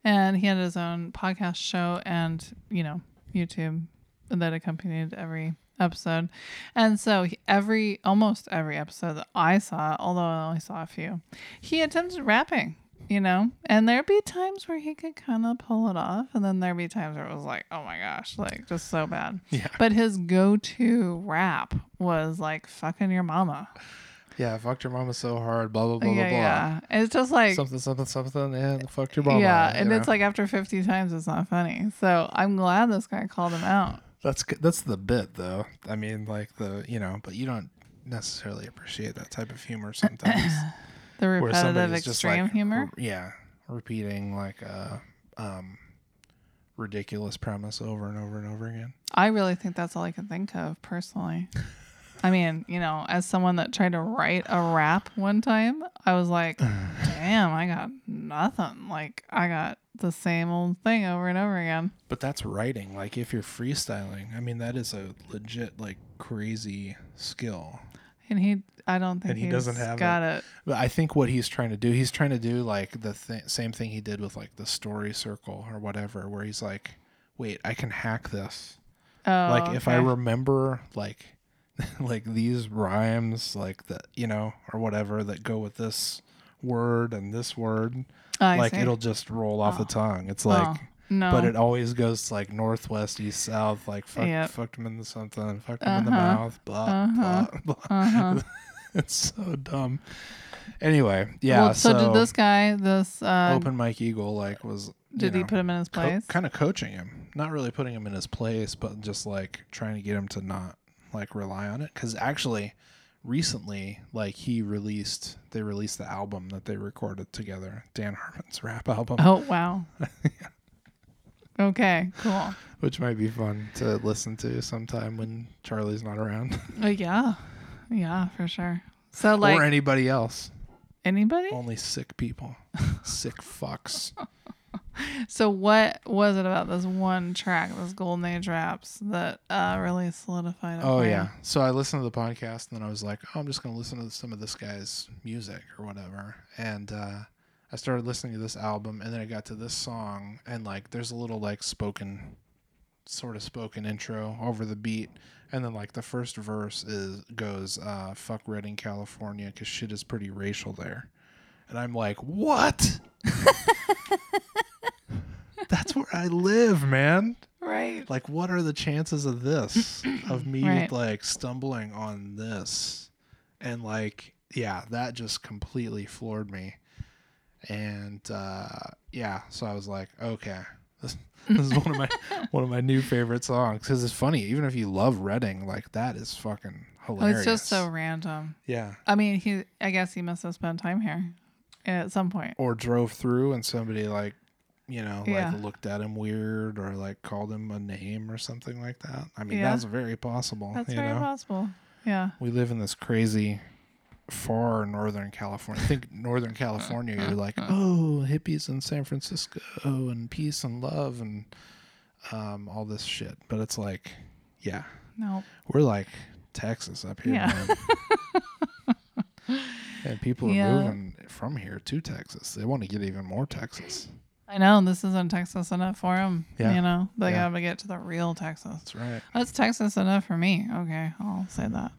And he had his own podcast show and, you know, YouTube that accompanied every episode. And so, he- every almost every episode that I saw, although I only saw a few, he attempted rapping. You know, and there'd be times where he could kind of pull it off, and then there'd be times where it was like, oh my gosh, like just so bad. Yeah. But his go to rap was like fucking your mama. Yeah, I fucked your mama so hard, blah, blah, blah, yeah, blah, blah. yeah. It's just like Something, something, something, and fucked your mama. yeah, you and know? it's like after fifty times it's not funny. So I'm glad this guy called him out. That's good. That's the bit, though. I mean, like the you know, but you don't necessarily appreciate that type of humor sometimes. The where repetitive somebody's just extreme like, oh. humor. r- yeah, repeating like a um, ridiculous premise over and over and over again. I really think that's all I can think of personally. I mean, you know, as someone that tried to write a rap one time, I was like, damn, I got nothing. Like, I got the same old thing over and over again. But that's writing. Like if you're freestyling, I mean, that is a legit like crazy skill. And he, I don't think And he he's doesn't have got it. But I think what he's trying to do, he's trying to do like the th- same thing he did with like the story circle or whatever, where he's like, wait, I can hack this. Oh, like if I okay. remember like like these rhymes like that you know or whatever that go with this word and this word Oh, I like see. it'll just roll off the tongue it's like Oh, no. but it always goes to, like northwest east south like fuck, Yep. fucked him in the something fucked him in the Uh-huh. mouth blah Uh-huh. blah blah Uh-huh. it's so dumb anyway yeah Well, so, so, did this guy? This uh, open mike eagle like was did you he know, put him in his place? kind of coaching him, not really putting him in his place, but just like trying to get him to not like rely on it. Because actually, recently, like he released, they released the album that they recorded together, Dan Harmon's rap album, oh wow. Okay, cool. Uh, which might be fun to listen to sometime when Charlie's not around Uh, yeah, yeah, for sure. So like or anybody else. anybody. Only sick people, sick fucks. So what was it about this one track, this Golden Age raps, that uh, really solidified it? Oh for you? yeah. So I listened to the podcast and then I was like, oh, I'm just gonna listen to some of this guy's music or whatever. And uh, I started listening to this album and then I got to this song and like there's a little like spoken sort of spoken intro over the beat and then like the first verse is goes uh fuck Redding California because shit is pretty racial there. And I'm like, what? That's where I live, man Right. like what are the chances of this of me Right. like stumbling on this and like yeah that just completely floored me and uh yeah so i was like okay this, this is one of my one of my new favorite songs because it's funny even if you love reading like that is fucking Oh, hilarious it's just so random. yeah I mean, he. I guess he must have spent time here at some point. or drove through and somebody like you know like Yeah. looked at him weird or like called him a name or something like that i mean Yeah. that's very possible That's you very know possible. Yeah. we live in this crazy far northern california i think northern california you're like oh hippies in san francisco and peace and love and um, all this shit but it's like yeah No. we're like texas up here Yeah. man. and people are Yeah. moving from here to texas they want to get even more texas I know this isn't Texas enough for them. Yeah. You know, they Yeah. gotta get to the real Texas. that's right That's Texas enough for me. Okay, I'll say that.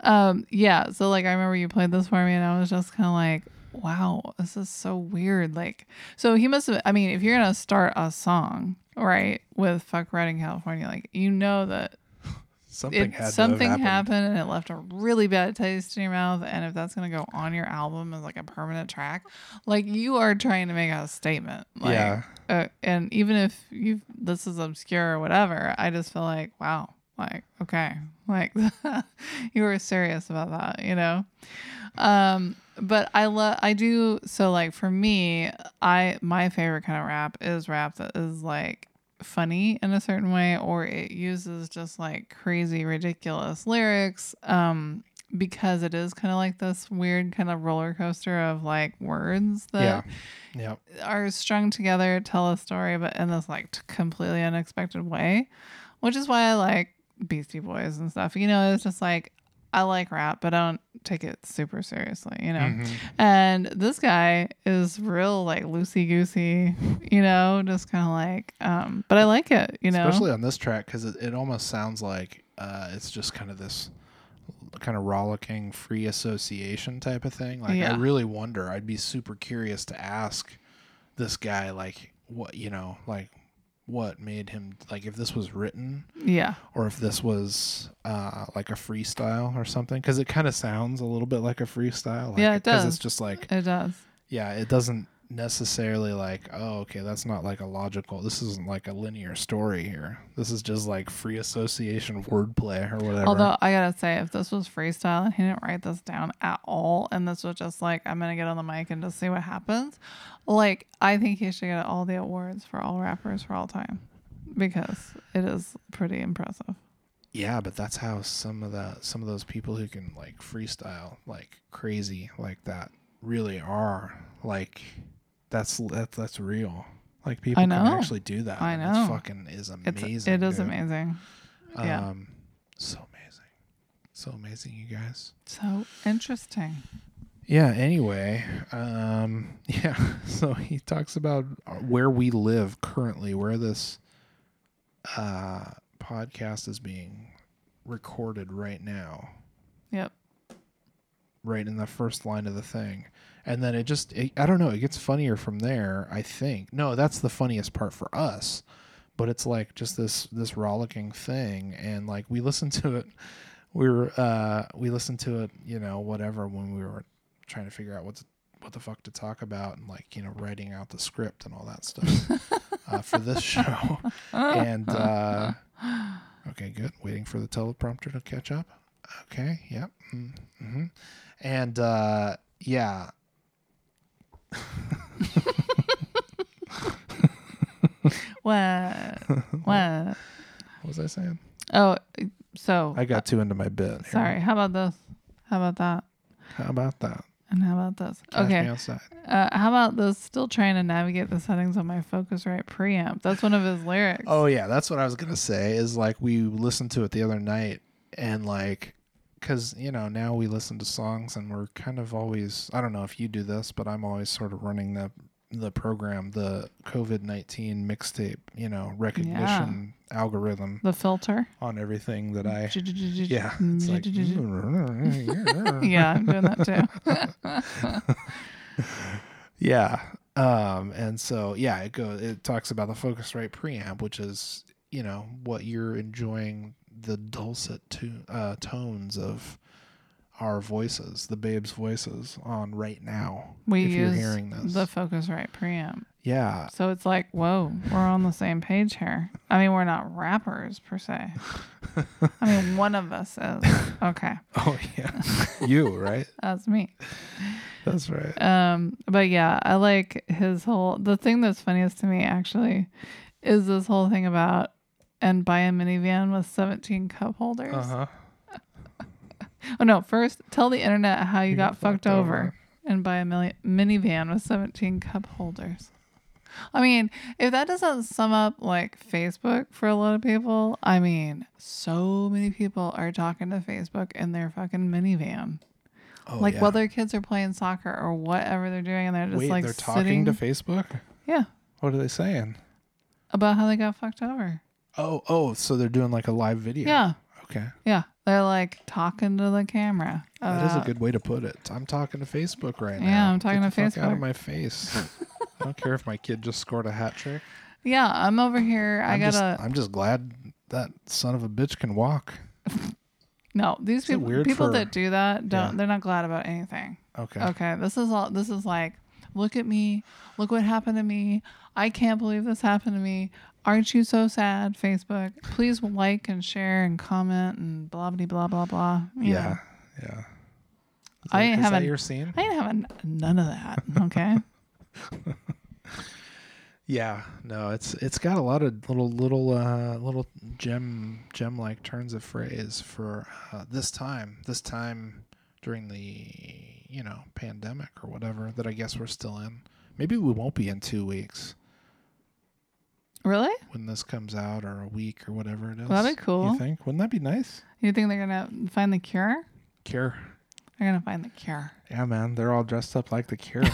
Um, yeah. So like, I remember you played this for me, and I was just kind of like, "Wow, this is so weird." Like, so he must have. I mean, if you're gonna start a song right with "Fuck Red in California," like you know that Something had it, something to have happened. happened. and it left a really bad taste in your mouth. And if that's gonna go on your album as like a permanent track, like you are trying to make out a statement. Like, Yeah. Uh, and even if you this is obscure or whatever, I just feel like wow, like okay, like you were serious about that, you know. Um, but I love I do so like for me, I my favorite kind of rap is rap that is like funny in a certain way or it uses just like crazy ridiculous lyrics um because it is kind of like this weird kind of roller coaster of like words that yeah. are strung together tell a story but in this like t- completely unexpected way which is why i like beastie boys and stuff you know it's just like i like rap but i don't take it super seriously you know Yeah. Mhm. and this guy is real like loosey goosey, you know, just kind of like, um, but I like it, you know. especially on this track because it, it almost sounds like uh, it's just kind of this kind of rollicking free association type of thing like i Yeah. really wonder i'd be super curious to ask this guy like what you know like what made him like if this was written yeah. or if this was uh like a freestyle or something because it kind of sounds a little bit like a freestyle like, Yeah, it 'cause does. it's just like It does. yeah it doesn't necessarily like oh okay that's not like a logical this isn't like a linear story here this is just like free association wordplay or whatever Although I gotta say, if this was freestyle and he didn't write this down at all, and this was just like, I'm gonna get on the mic and just see what happens, like, I think he should get all the awards for all rappers for all time because it is pretty impressive. yeah but that's how some of the some of those people who can like freestyle like crazy like that really are like that's that's that's real like people can know. actually do that I and know. it fucking is It's, amazing it is dude. amazing. yeah. um so amazing so amazing you guys So interesting. Yeah, anyway, um yeah, so he talks about uh, where we live currently, where this uh podcast is being recorded right now, Yep. right in the first line of the thing. And then it just it, I don't know, it gets funnier from there, I think. No, that's the funniest part for us, but it's like just this this rollicking thing and like we listened to it we were uh we listened to it you know whatever when we were trying to figure out what to, what the fuck to talk about and like you know writing out the script and all that stuff uh, for this show and uh okay good waiting for the teleprompter to catch up okay yep mm-hmm. and uh yeah What? what? what was i saying Oh, so uh, i got too into my bit here. sorry. How about this? How about that? how about that And how about this? Catch me okay. outside. Uh, how about this? Still trying to navigate the settings on my Focusrite preamp. That's one of his lyrics. Oh yeah, that's what I was gonna say. Is like we listened to it the other night, and like, cause you know now we listen to songs, and we're kind of always. I don't know if you do this, but I'm always sort of running the the program, the COVID nineteen mixtape, you know, recognition algorithm The filter. on everything that I. Yeah, Yeah. it's like yeah, I'm doing that too. Yeah. Um, and so yeah, it goes it talks about the Focusrite preamp, which is, you know, what you're enjoying the dulcet to, uh, tones of our voices, the babes' voices on right now. we if use you're hearing this. the Focusrite preamp. yeah. So it's like, whoa, we're on the same page here. I mean, we're not rappers per se. I mean, one of us is. Okay. Oh yeah. you, right? That's me. That's right. Um, but yeah, I like his whole the thing that's funniest to me actually is this whole thing about and buy a minivan with 17 cup holders. Uh-huh. Oh no, first tell the internet how you, You got, got fucked, fucked over, over. and buy a mili- minivan with 17 cup holders. I mean, if that doesn't sum up like Facebook for a lot of people, I mean, so many people are talking to Facebook in their fucking minivan. Oh, like yeah. while their kids are playing soccer or whatever they're doing, and they're just Wait, like they're talking sitting- to Facebook? yeah, What are they saying? about how they got fucked over. Oh, oh, so they're doing like a live video. Yeah, Okay. yeah, they're like talking to the camera. Uh, That is a about- good way to put it. I'm talking to Facebook right Yeah, now. I'm talking Get to the Fuck out of Facebook. my face. I don't care if my kid just scored a hat trick. Yeah, I'm over here. I I'm gotta. Just, I'm just glad that son of a bitch can walk. No, these it people weird people for- that do that don't Yeah. they're not glad about anything. Okay. Okay, this is all this is like look at me, look what happened to me. I can't believe this happened to me. Aren't you so sad, Facebook? Please like and share and comment and blah blah blah blah blah. You Yeah. know. Yeah. Is I that- is that haven't- your scene? I ain't having none of that. Okay. Yeah, no, it's it's got a lot of little little uh little gem gem like turns of phrase for uh, this time this time during the you know pandemic or whatever that I guess we're still in. Maybe we won't be in two weeks really? when this comes out or a week or whatever it is. That'd be cool. You think? Wouldn't that be nice? You think they're gonna find the cure? Cure. They're gonna find the cure. Yeah, man, they're all dressed up like the Cure.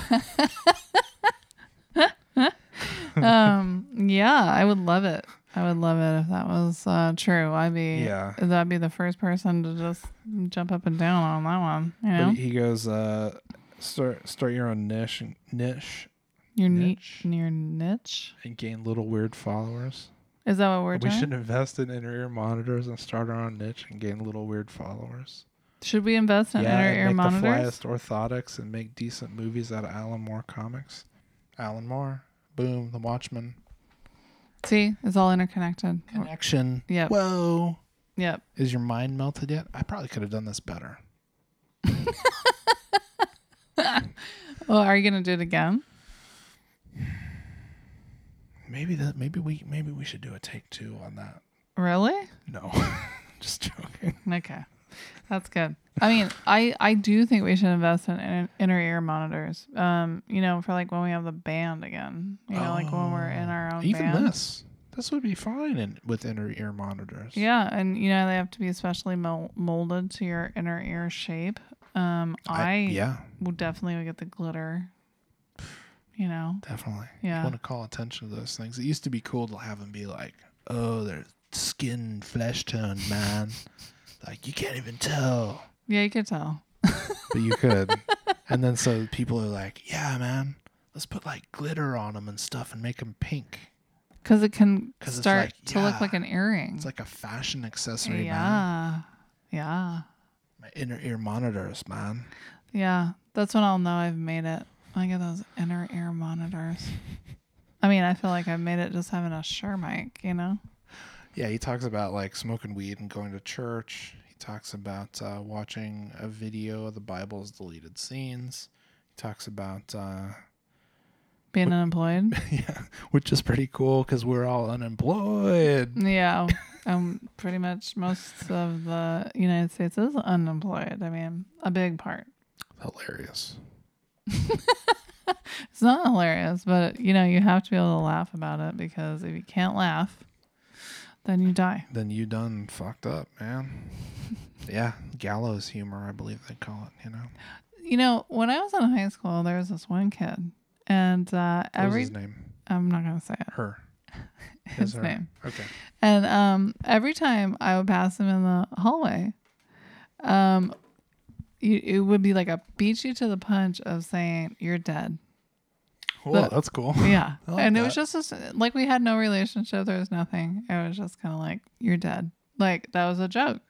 um yeah i would love it i would love it if that was uh true i'd be Yeah. that'd be the first person to just jump up and down on that one you know But he goes, uh, start start your own niche and- niche your niche. niche your niche and gain little weird followers. is that what we're We doing should invest in inner ear monitors and start our own niche and gain little weird followers. should we invest in and inner ear make monitors the flyest orthotics and make decent movies out of Alan Moore comics. Alan Moore, boom, The Watchmen, see it's all interconnected Connection. Yep. Whoa, yep is your mind melted yet? I probably could have done this better. well are you gonna do it again Maybe that. Maybe we. Maybe we should do a take two on that. really No, just joking. okay that's good i mean i i do think we should invest in inner, inner ear monitors um you know for like when we have the band again you know like when we're in our own Even band this, this would be fine in, with inner ear monitors. Yeah, and you know they have to be especially mol- molded to your inner ear shape. Um, I, yeah, will definitely would get the glitter. You know, definitely. yeah, want to call attention to those things. It used to be cool to have them be like, "Oh, they're skin flesh toned, man. like you can't even tell." yeah, you could tell. But you could. and then so people are like, "Yeah, man, let's put like glitter on them and stuff and make them pink. Because it can 'Cause it's start like, to yeah, look like an earring. It's like a fashion accessory, man. yeah, yeah, My inner ear monitors, man. yeah. That's when I'll know I've made it. I get those inner ear monitors. I mean, I feel like I made it just having a sure mic. You know, Yeah, he talks about like smoking weed and going to church. He talks about uh, watching a video of the Bible's deleted scenes. He talks about uh, being unemployed. yeah, which is pretty cool because we're all unemployed. Yeah. Um, pretty much most of the United States is unemployed. I mean, a big part. Hilarious. It's not hilarious, but you know, you have to be able to laugh about it because if you can't laugh, then you die. Then you done fucked up, man. yeah, gallows humor, I believe they call it. You know, You know, when I was in high school, there was this one kid, and uh, what was every his name? I'm not gonna say it. Her. His her. name. Okay. And um, every time I would pass him in the hallway, um, you, it would be like a beat you to the punch of saying you're dead. Well, But- that's cool. Yeah. I like and it was Oh, that. just this, like we had no relationship. There was nothing. It was just kind of like, you're dead. Like, that was a joke.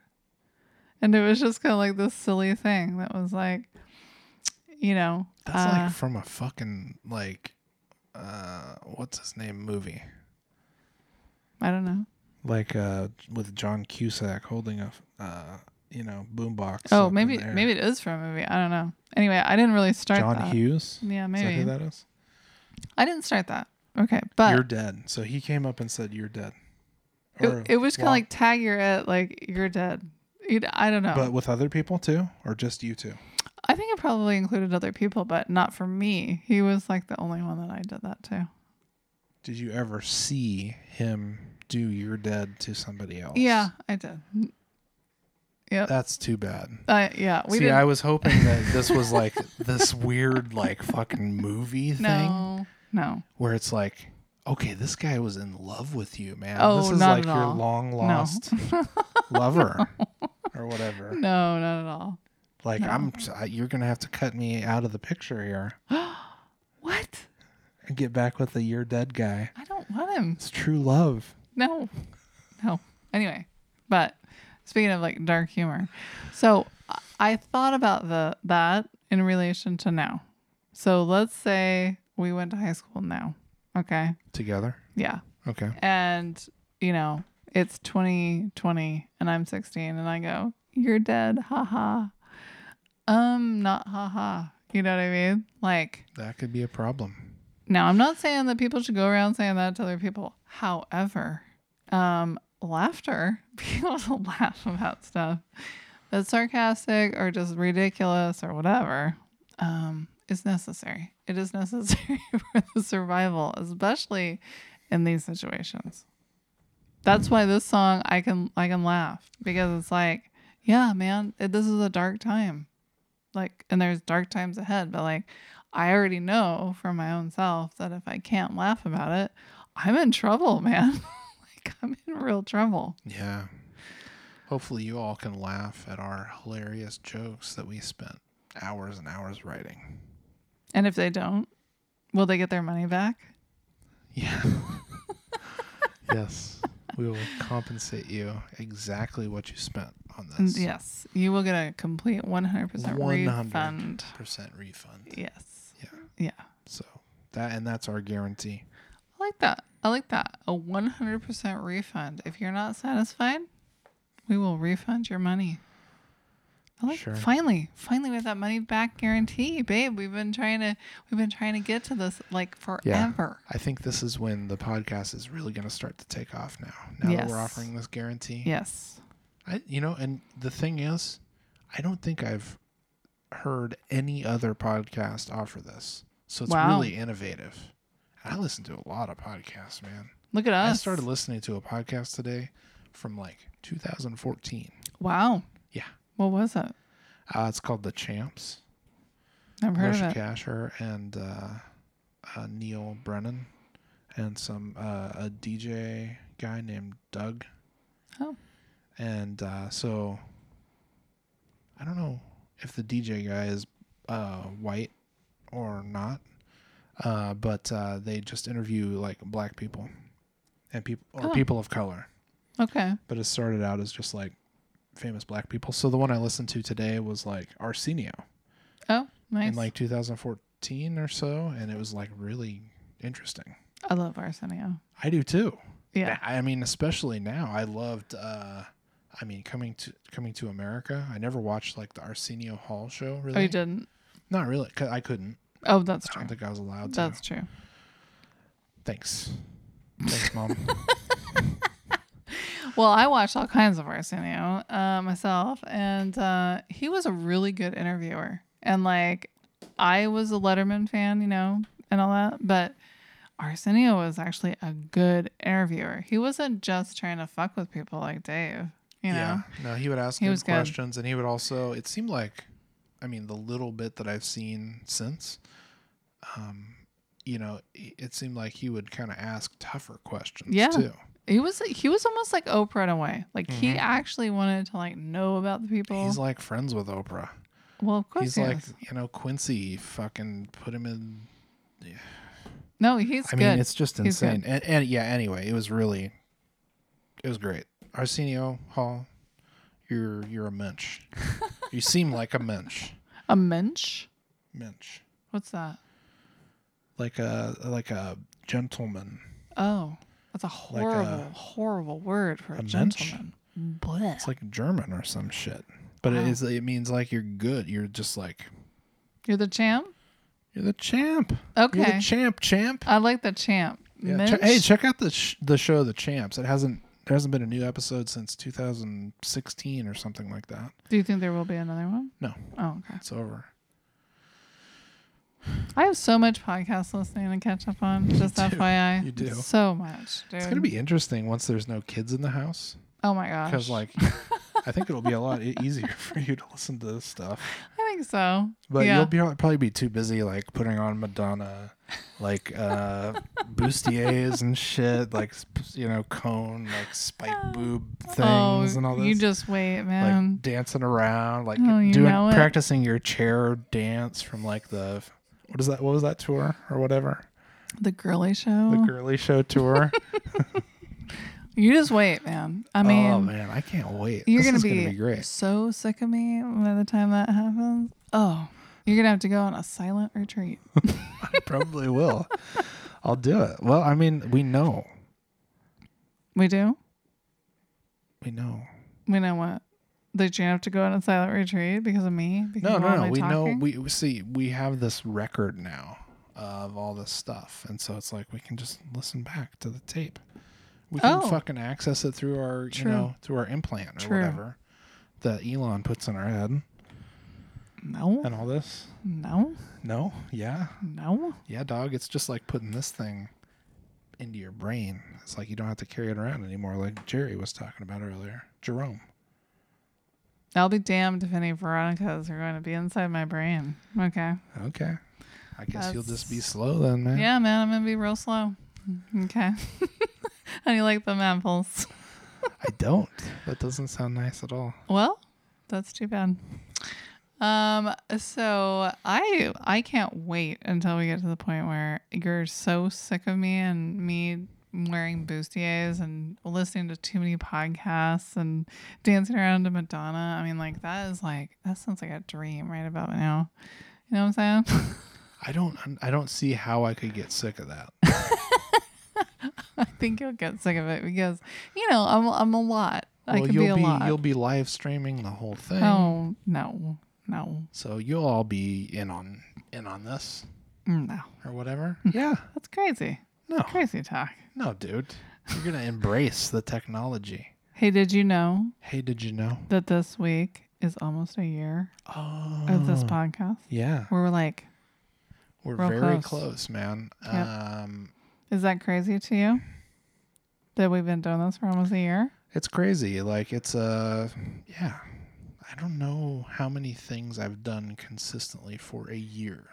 And it was just kind of like this silly thing that was like, you know, That's uh, like from a fucking like, uh, what's his name movie? I don't know. Like uh, with John Cusack holding a, uh, you know, boombox. Oh, up in maybe the air. maybe it is from a movie. I don't know. Anyway, I didn't really start John that. Hughes. Yeah, Is that who maybe. that is? I didn't start that. Okay. But you're dead. So he came up and said, "You're dead." Or- it, it was kind of well, like tag your it, like, you're dead. You d- I don't know. But with other people too, or just you two? I think it probably included other people, but not for me. He was like the only one that I did that to. Did you ever see him do "You're Dead" to somebody else? Yeah, I did. that's too bad. Uh, yeah, we see, didn't. I was hoping that this was like this weird, like fucking movie thing no, no, where it's like, okay, this guy was in love with you, man. Oh, this is not like at your all. long lost lover or whatever. no, not at all. Like, No. I'm, I, you're gonna have to cut me out of the picture here What? and get back with the "You're Dead" guy. I don't want him. It's true love. No, no. Anyway, but Speaking of like dark humor, so I- I thought about the that in relation to now. So let's say we went to high school now. Okay. Together. Yeah. Okay. And you know it's 2020 and I'm 16 and I go you're dead haha. Um not haha. You know what I mean? Like That could be a problem. now, I'm not saying that people should go around saying that to other people. However, um, laughter, being able to laugh about stuff that's sarcastic or just ridiculous or whatever, um, is necessary. It is necessary for the survival, especially in these situations. That's why this song I can I can laugh because it's like, yeah, man, it, this is a dark time like and there's dark times ahead but like i already know for my own self that if i can't laugh about it i'm in trouble man like i'm in real trouble Yeah. Hopefully, you all can laugh at our hilarious jokes that we spent hours and hours writing. and if they don't will they get their money back Yeah. yes. We will compensate you exactly what you spent on And this. yes you will get a complete 100%, 100. refund Percent refund. yes Yeah. yeah So that and that's our guarantee. i like that i like that a 100% refund if you're not satisfied we will refund your money I like Sure. finally, finally we have that money back guarantee, babe. We've been trying to we've been trying to get to this like forever. I think this is when the podcast is really going to start to take off now. Now that we're Yes. offering this guarantee. Yes. I, you know, and the thing is, I don't think I've heard any other podcast offer this. So it's Wow. really innovative. I listen to a lot of podcasts, man. Look at I us. started listening to a podcast today from like 2014. Wow. Yeah. What was it? Uh, it's called The Champs. Never heard Marsha of it. Kasher and uh, uh, Neil Brennan and some uh, a DJ guy named Doug. Oh. And uh, so I don't know if the DJ guy is uh, white or not, uh, but uh, they just interview like black people and people or Oh. people of color Okay. but it started out as just like famous black people. So the one I listened to today was like Arsenio Oh, nice. in like 2014 or so, and it was like really interesting. I love Arsenio. I do too. Yeah. I mean, especially now, I loved. uh I mean, coming to coming to America, I never watched like the Arsenio Hall show. Really, Oh, you didn't. not really. 'cause I couldn't. Oh, that's I true. don't think I was allowed to. That's true. Thanks. Thanks, mom. Well, I watched all kinds of Arsenio uh, myself, and uh, he was a really good interviewer. And like, I was a Letterman fan, you know, and all that, but Arsenio was actually a good interviewer. He wasn't just trying to fuck with people like Dave, you know. No, he would ask He good was good. questions, and he would also. It seemed like, I mean, the little bit that I've seen since, um, you know, i- it seemed like he would kind of ask tougher questions Yeah. too. He was he was almost like Oprah in a way. Like he Mhm. actually wanted to like know about the people. He's like friends with Oprah. well, of course He's he like, is. you know, Quincy fucking put him in. No, he's I good. mean, it's just He's good. insane. And, and yeah, anyway, it was really, it was great. Arsenio Hall, you're you're a mensch. you seem like a mensch. a mensch. Mensch. What's that? like a like a gentleman. Oh, that's a Like a- horrible, horrible word for a, a mensch? gentleman. Blech. It's like German or some shit. But it Wow. is it means like you're good. You're just like You're the champ. you're the champ. You're Okay, the champ, champ. I like the champ. Yeah. Mensch? che- hey, check out the sh- the show The Champs. It hasn't there hasn't been a new episode since 2016 or something like that. Do you think there will be another one? No. Oh, okay. It's over. I have so much podcast listening to catch up on. Just do. FYI, You do. so much, dude. It's going to be interesting once there's no kids in the house Oh my gosh. cuz like I think it'll be a lot e- easier for you to listen to this stuff. I think so. But yeah. you'll be, probably be too busy like putting on Madonna, like uh bustiers and shit, like sp- you know cone, like spike boob things Uh, oh, and all this. you just wait, like man. dancing around, like Oh, you doing know it. practicing your chair dance from like the what is that? What was that tour or whatever? Oh. the girly show. The girly show tour. You just wait, man. I mean, oh man, I can't wait. you're this gonna is be, gonna be great. so sick of me by the time that happens. Oh, you're gonna have to go on a silent retreat. I probably will. I'll do it. Well, I mean, we know, We do. we know. We know what. That you have to go on a silent retreat because of me. Because No, of no, all no. my We know. talking? We we- see. We have this record now of all this stuff, and so it's like we can just listen back to the tape. We can Oh. fucking access it through our, True. you know, through our implant or True. whatever that Elon puts in our head no, and all this. no, No, yeah, no. yeah, dog. It's just like putting this thing into your brain. It's like you don't have to carry it around anymore, like Jerry was talking about earlier. Jerome. I'll be damned if any Veronicas are going to be inside my brain. Okay. Okay. I guess you'll just be That's- slow then, man. Yeah, man, I'm gonna be real slow. Okay. How do you like them apples? I don't. That doesn't sound nice at all. Well, that's too bad. Um, so I I can't wait until we get to the point where you're so sick of me and me wearing bustiers and listening to too many podcasts and dancing around to Madonna. I mean, like that is like that sounds like a dream right about now. You know what I'm saying? I don't. I don't see how I could get sick of that. I think you'll get sick of it because you know I'm I'm a lot. I well, can you'll be a lot. you'll be live streaming the whole thing, Oh no, no, so you'll all be in on in on this no! or whatever. Hmm. yeah. That's crazy. No. Crazy talk. No, dude. You're gonna embrace the technology. Hey, did you know Hey, did you know? that this week is almost a year Oh. of this podcast Yeah. where we're like, We're Real very close. close, man. Yep. Um, is that crazy to you? That we've been doing this for almost a year? it's crazy. Like it's uh, yeah. I don't know how many things I've done consistently for a year.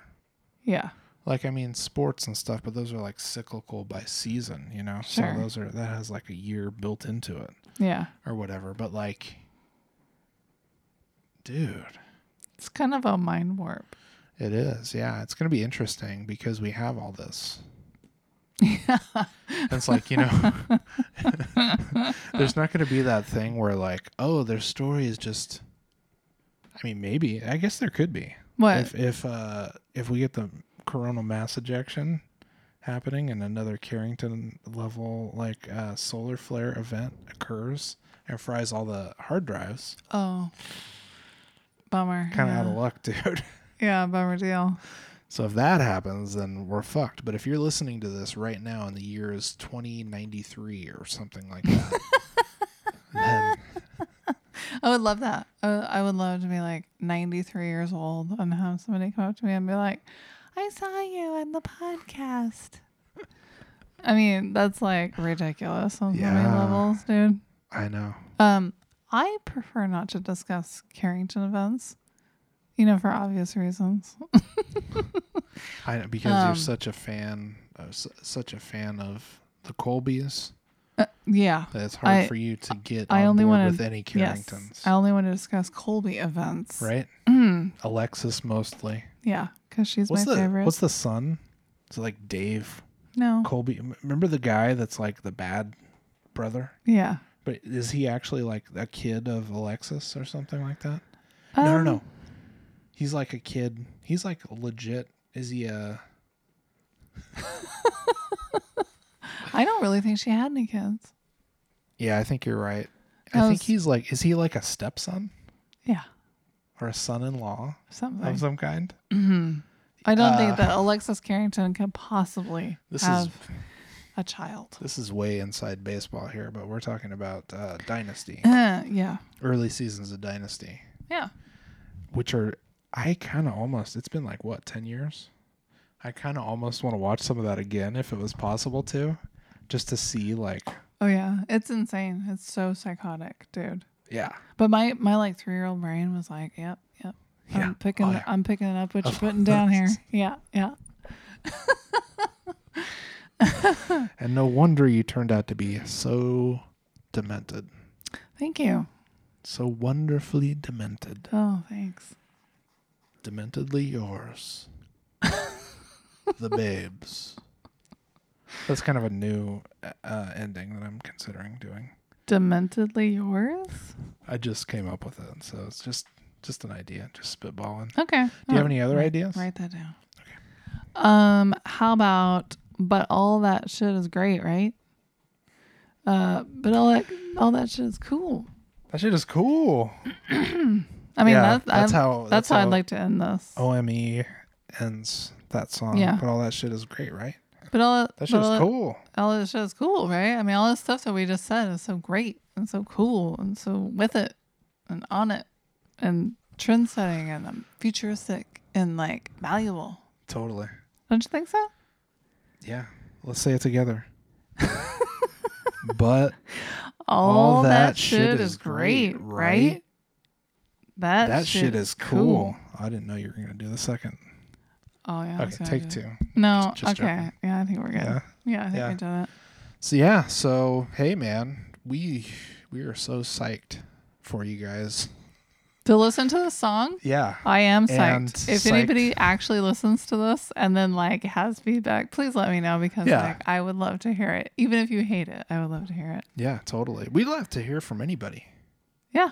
Yeah. like I mean sports and stuff, but those are like cyclical by season, you know. Sure. So those are that has like a year built into it Yeah. or whatever. But like, dude, It's kind of a mind warp. it is. Yeah, it's gonna be interesting because we have all this. Yeah. It's like you know, there's not gonna be that thing where like, oh, their story is just. I mean, maybe. I guess there could be What? if if uh if we get the coronal mass ejection happening and another Carrington level like uh, solar flare event occurs and fries all the hard drives, oh. Bummer. kind of yeah. out of luck, dude. Yeah, bummer deal. so if that happens, then we're fucked. But if you're listening to this right now and the year is 2093 or something like that, then I would love that. I, I would love to be like 93 years old and have somebody come up to me and be like, I saw you in the podcast. I mean, that's like ridiculous on so many Yeah. levels, dude. I know. Um, I prefer not to discuss Carrington events, you know, for obvious reasons. I know because Um, you're such a fan, of, s- such a fan of the Colbys. Uh, yeah. that It's hard I- for you to get I on only board wanna- with any Yes. Carringtons. I only want to discuss Colby events. right? Alexis mostly. Yeah. Because she's What's Mm. my the favorite. What's the son? It's like Dave no. Colby. M- Remember the guy that's like the bad brother? yeah. But is he actually like a kid of Alexis or something like that? no, no, Um, no. He's like a kid. He's like legit. Is he a? I don't really think she had any kids. Yeah, I think you're right. That I think was- he's like. Is he like a stepson Yeah. or a son-in-law Something. of some kind? Mm-hmm. I don't Uh, think that Alexis Carrington could possibly This have is a child. this is way inside baseball here, but we're talking about uh, Dynasty, Uh, yeah. early seasons of Dynasty. Yeah. which are I kind of almost it's been like what 10 years. I kind of almost want to watch some of that again if it was possible to just to see like Oh yeah. It's insane. It's so psychotic, dude. yeah. But my my like three year old brain was like, Yep, yep. Yeah. I'm picking Oh, yeah. I'm picking up what you're putting down here. Yeah, yeah. And no wonder you turned out to be so demented. Thank you. So wonderfully demented. Oh, thanks. Dementedly yours. the babes. That's kind of a new uh, ending that I'm considering doing. Dementedly yours? I just came up with it, so it's just just an idea, just spitballing. Okay. Do you have any other write- ideas? Write that down. Um, how about but all that shit is great, right? Uh, but all that all that shit is cool. That shit is cool. I mean, Yeah, that's, that's how how. Oh, that's, how, I'd like to end this. OME ends that song. Yeah. But all that shit is great, right? but all That but shit is all- cool. all this shit is cool, right? I mean, all this stuff that we just said is so great and so cool and so with it and on it and trend setting and um, futuristic and like valuable. Totally. Don't you think so? Yeah. Let's say it together. but All, that, shit, is great, right? That, that, shit, is cool. I didn't know you were gonna do the second. Oh yeah. I was okay, gonna take do- two. No, Just- just okay. joking. Yeah, I think we're good. Yeah. Yeah, I think Yeah. we did it. So yeah, so hey man, we we are so psyched for you guys. To listen to the song, Yeah. I am And psyched. If psyched. anybody actually listens to this and then like has feedback, please let me know because Yeah. like I would love to hear it. Even if you hate it, I would love to hear it. Yeah, totally. We'd love to hear from anybody. Yeah.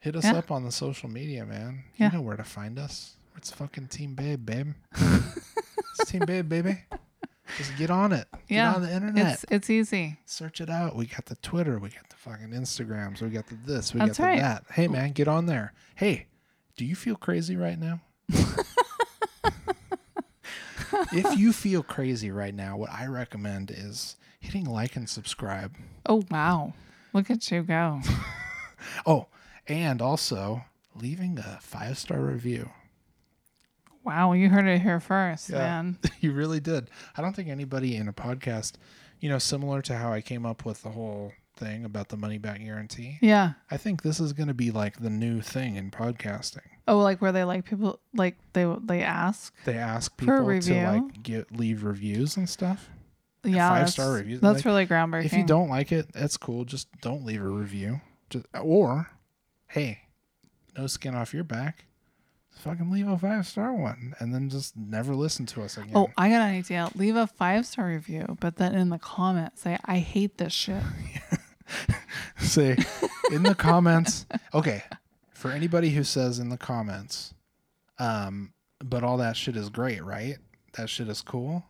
Hit us Yeah. up on the social media, man. Yeah. You know where to find us. It's fucking Team Babe, babe. it's Team Babe, baby. Just get on it. Get Yeah, on the internet. It's it's easy. Search it out. We got the Twitter. We got the fucking Instagrams. We got the this. We That's got the right. that. Hey, man, get on there. Hey, do you feel crazy right now? if you feel crazy right now, what I recommend is hitting like and subscribe. Oh wow. Look at you go. Oh, and also leaving a five star review. Wow, you heard it here first, man. you really did. I don't think anybody in a podcast, you know, similar to how I came up with the whole thing about the money back guarantee. Yeah. I think this is going to be like the new thing in podcasting. Oh, like where they like people like they they ask. They ask For people to review? like get leave reviews and stuff. Yeah. that's- five-star reviews, That's like, really groundbreaking. If you don't like it, that's cool. Just don't leave a review. Just, or, hey, no skin off your back. Fucking leave a five star one and then just never listen to us again. Oh, I got an idea. Leave a five star review, but then in the comment say, I hate this shit. say in the comments. Okay, for anybody who says in the comments, um, but all that shit is great, right? That shit is cool.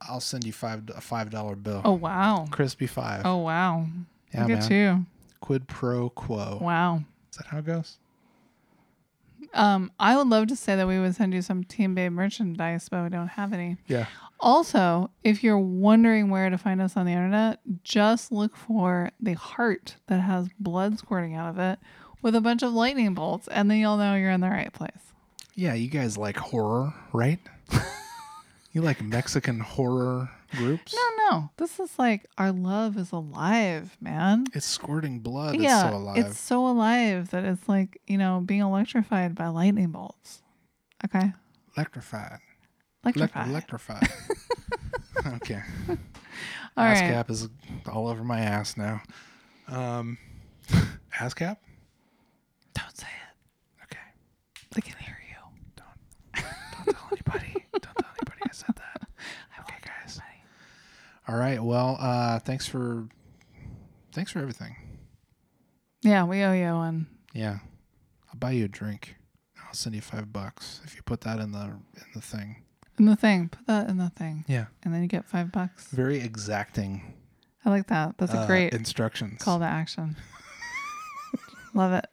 I'll send you five a five dollar bill, Oh wow. crispy five. Oh wow. yeah, Look at man. you. Quid pro quo. Wow. Is that how it goes? Um, I would love to say that we would send you some Team Babe merchandise, but we don't have any. Yeah. Also, if you're wondering where to find us on the internet, just look for the heart that has blood squirting out of it with a bunch of lightning bolts, and then you'll know you're in the right place. Yeah, you guys like horror, right? you like Mexican horror groups? No, no. This is like our love is alive, man. It's squirting blood. yeah, it's so alive. it's so alive that it's like, you know, being electrified by lightning bolts. Okay. electrified. Electrified. Elec- electrified. okay. All right. ASCAP is all over my ass now. Um, ASCAP? Don't say it. Okay. They can hear you. Don't tell anybody. Don't tell anybody I said that. Okay, guys. All right. Well, uh, thanks for thanks for everything. Yeah, we owe you one. Yeah. I'll buy you a drink. I'll send you five bucks if you put that in the in the thing. In the thing. Put that in the thing. Yeah. And then you get five bucks. Very exacting I like that. That's a uh, great instructions. call to action. Love it.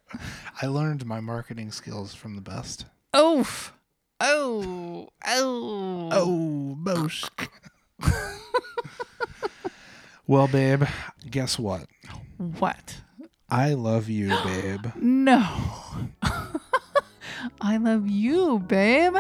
I learned my marketing skills from the best. Oof. Oh. Oh. Oh, Bosch. well, babe, guess what? What? I love you, babe. No. I love you, babe.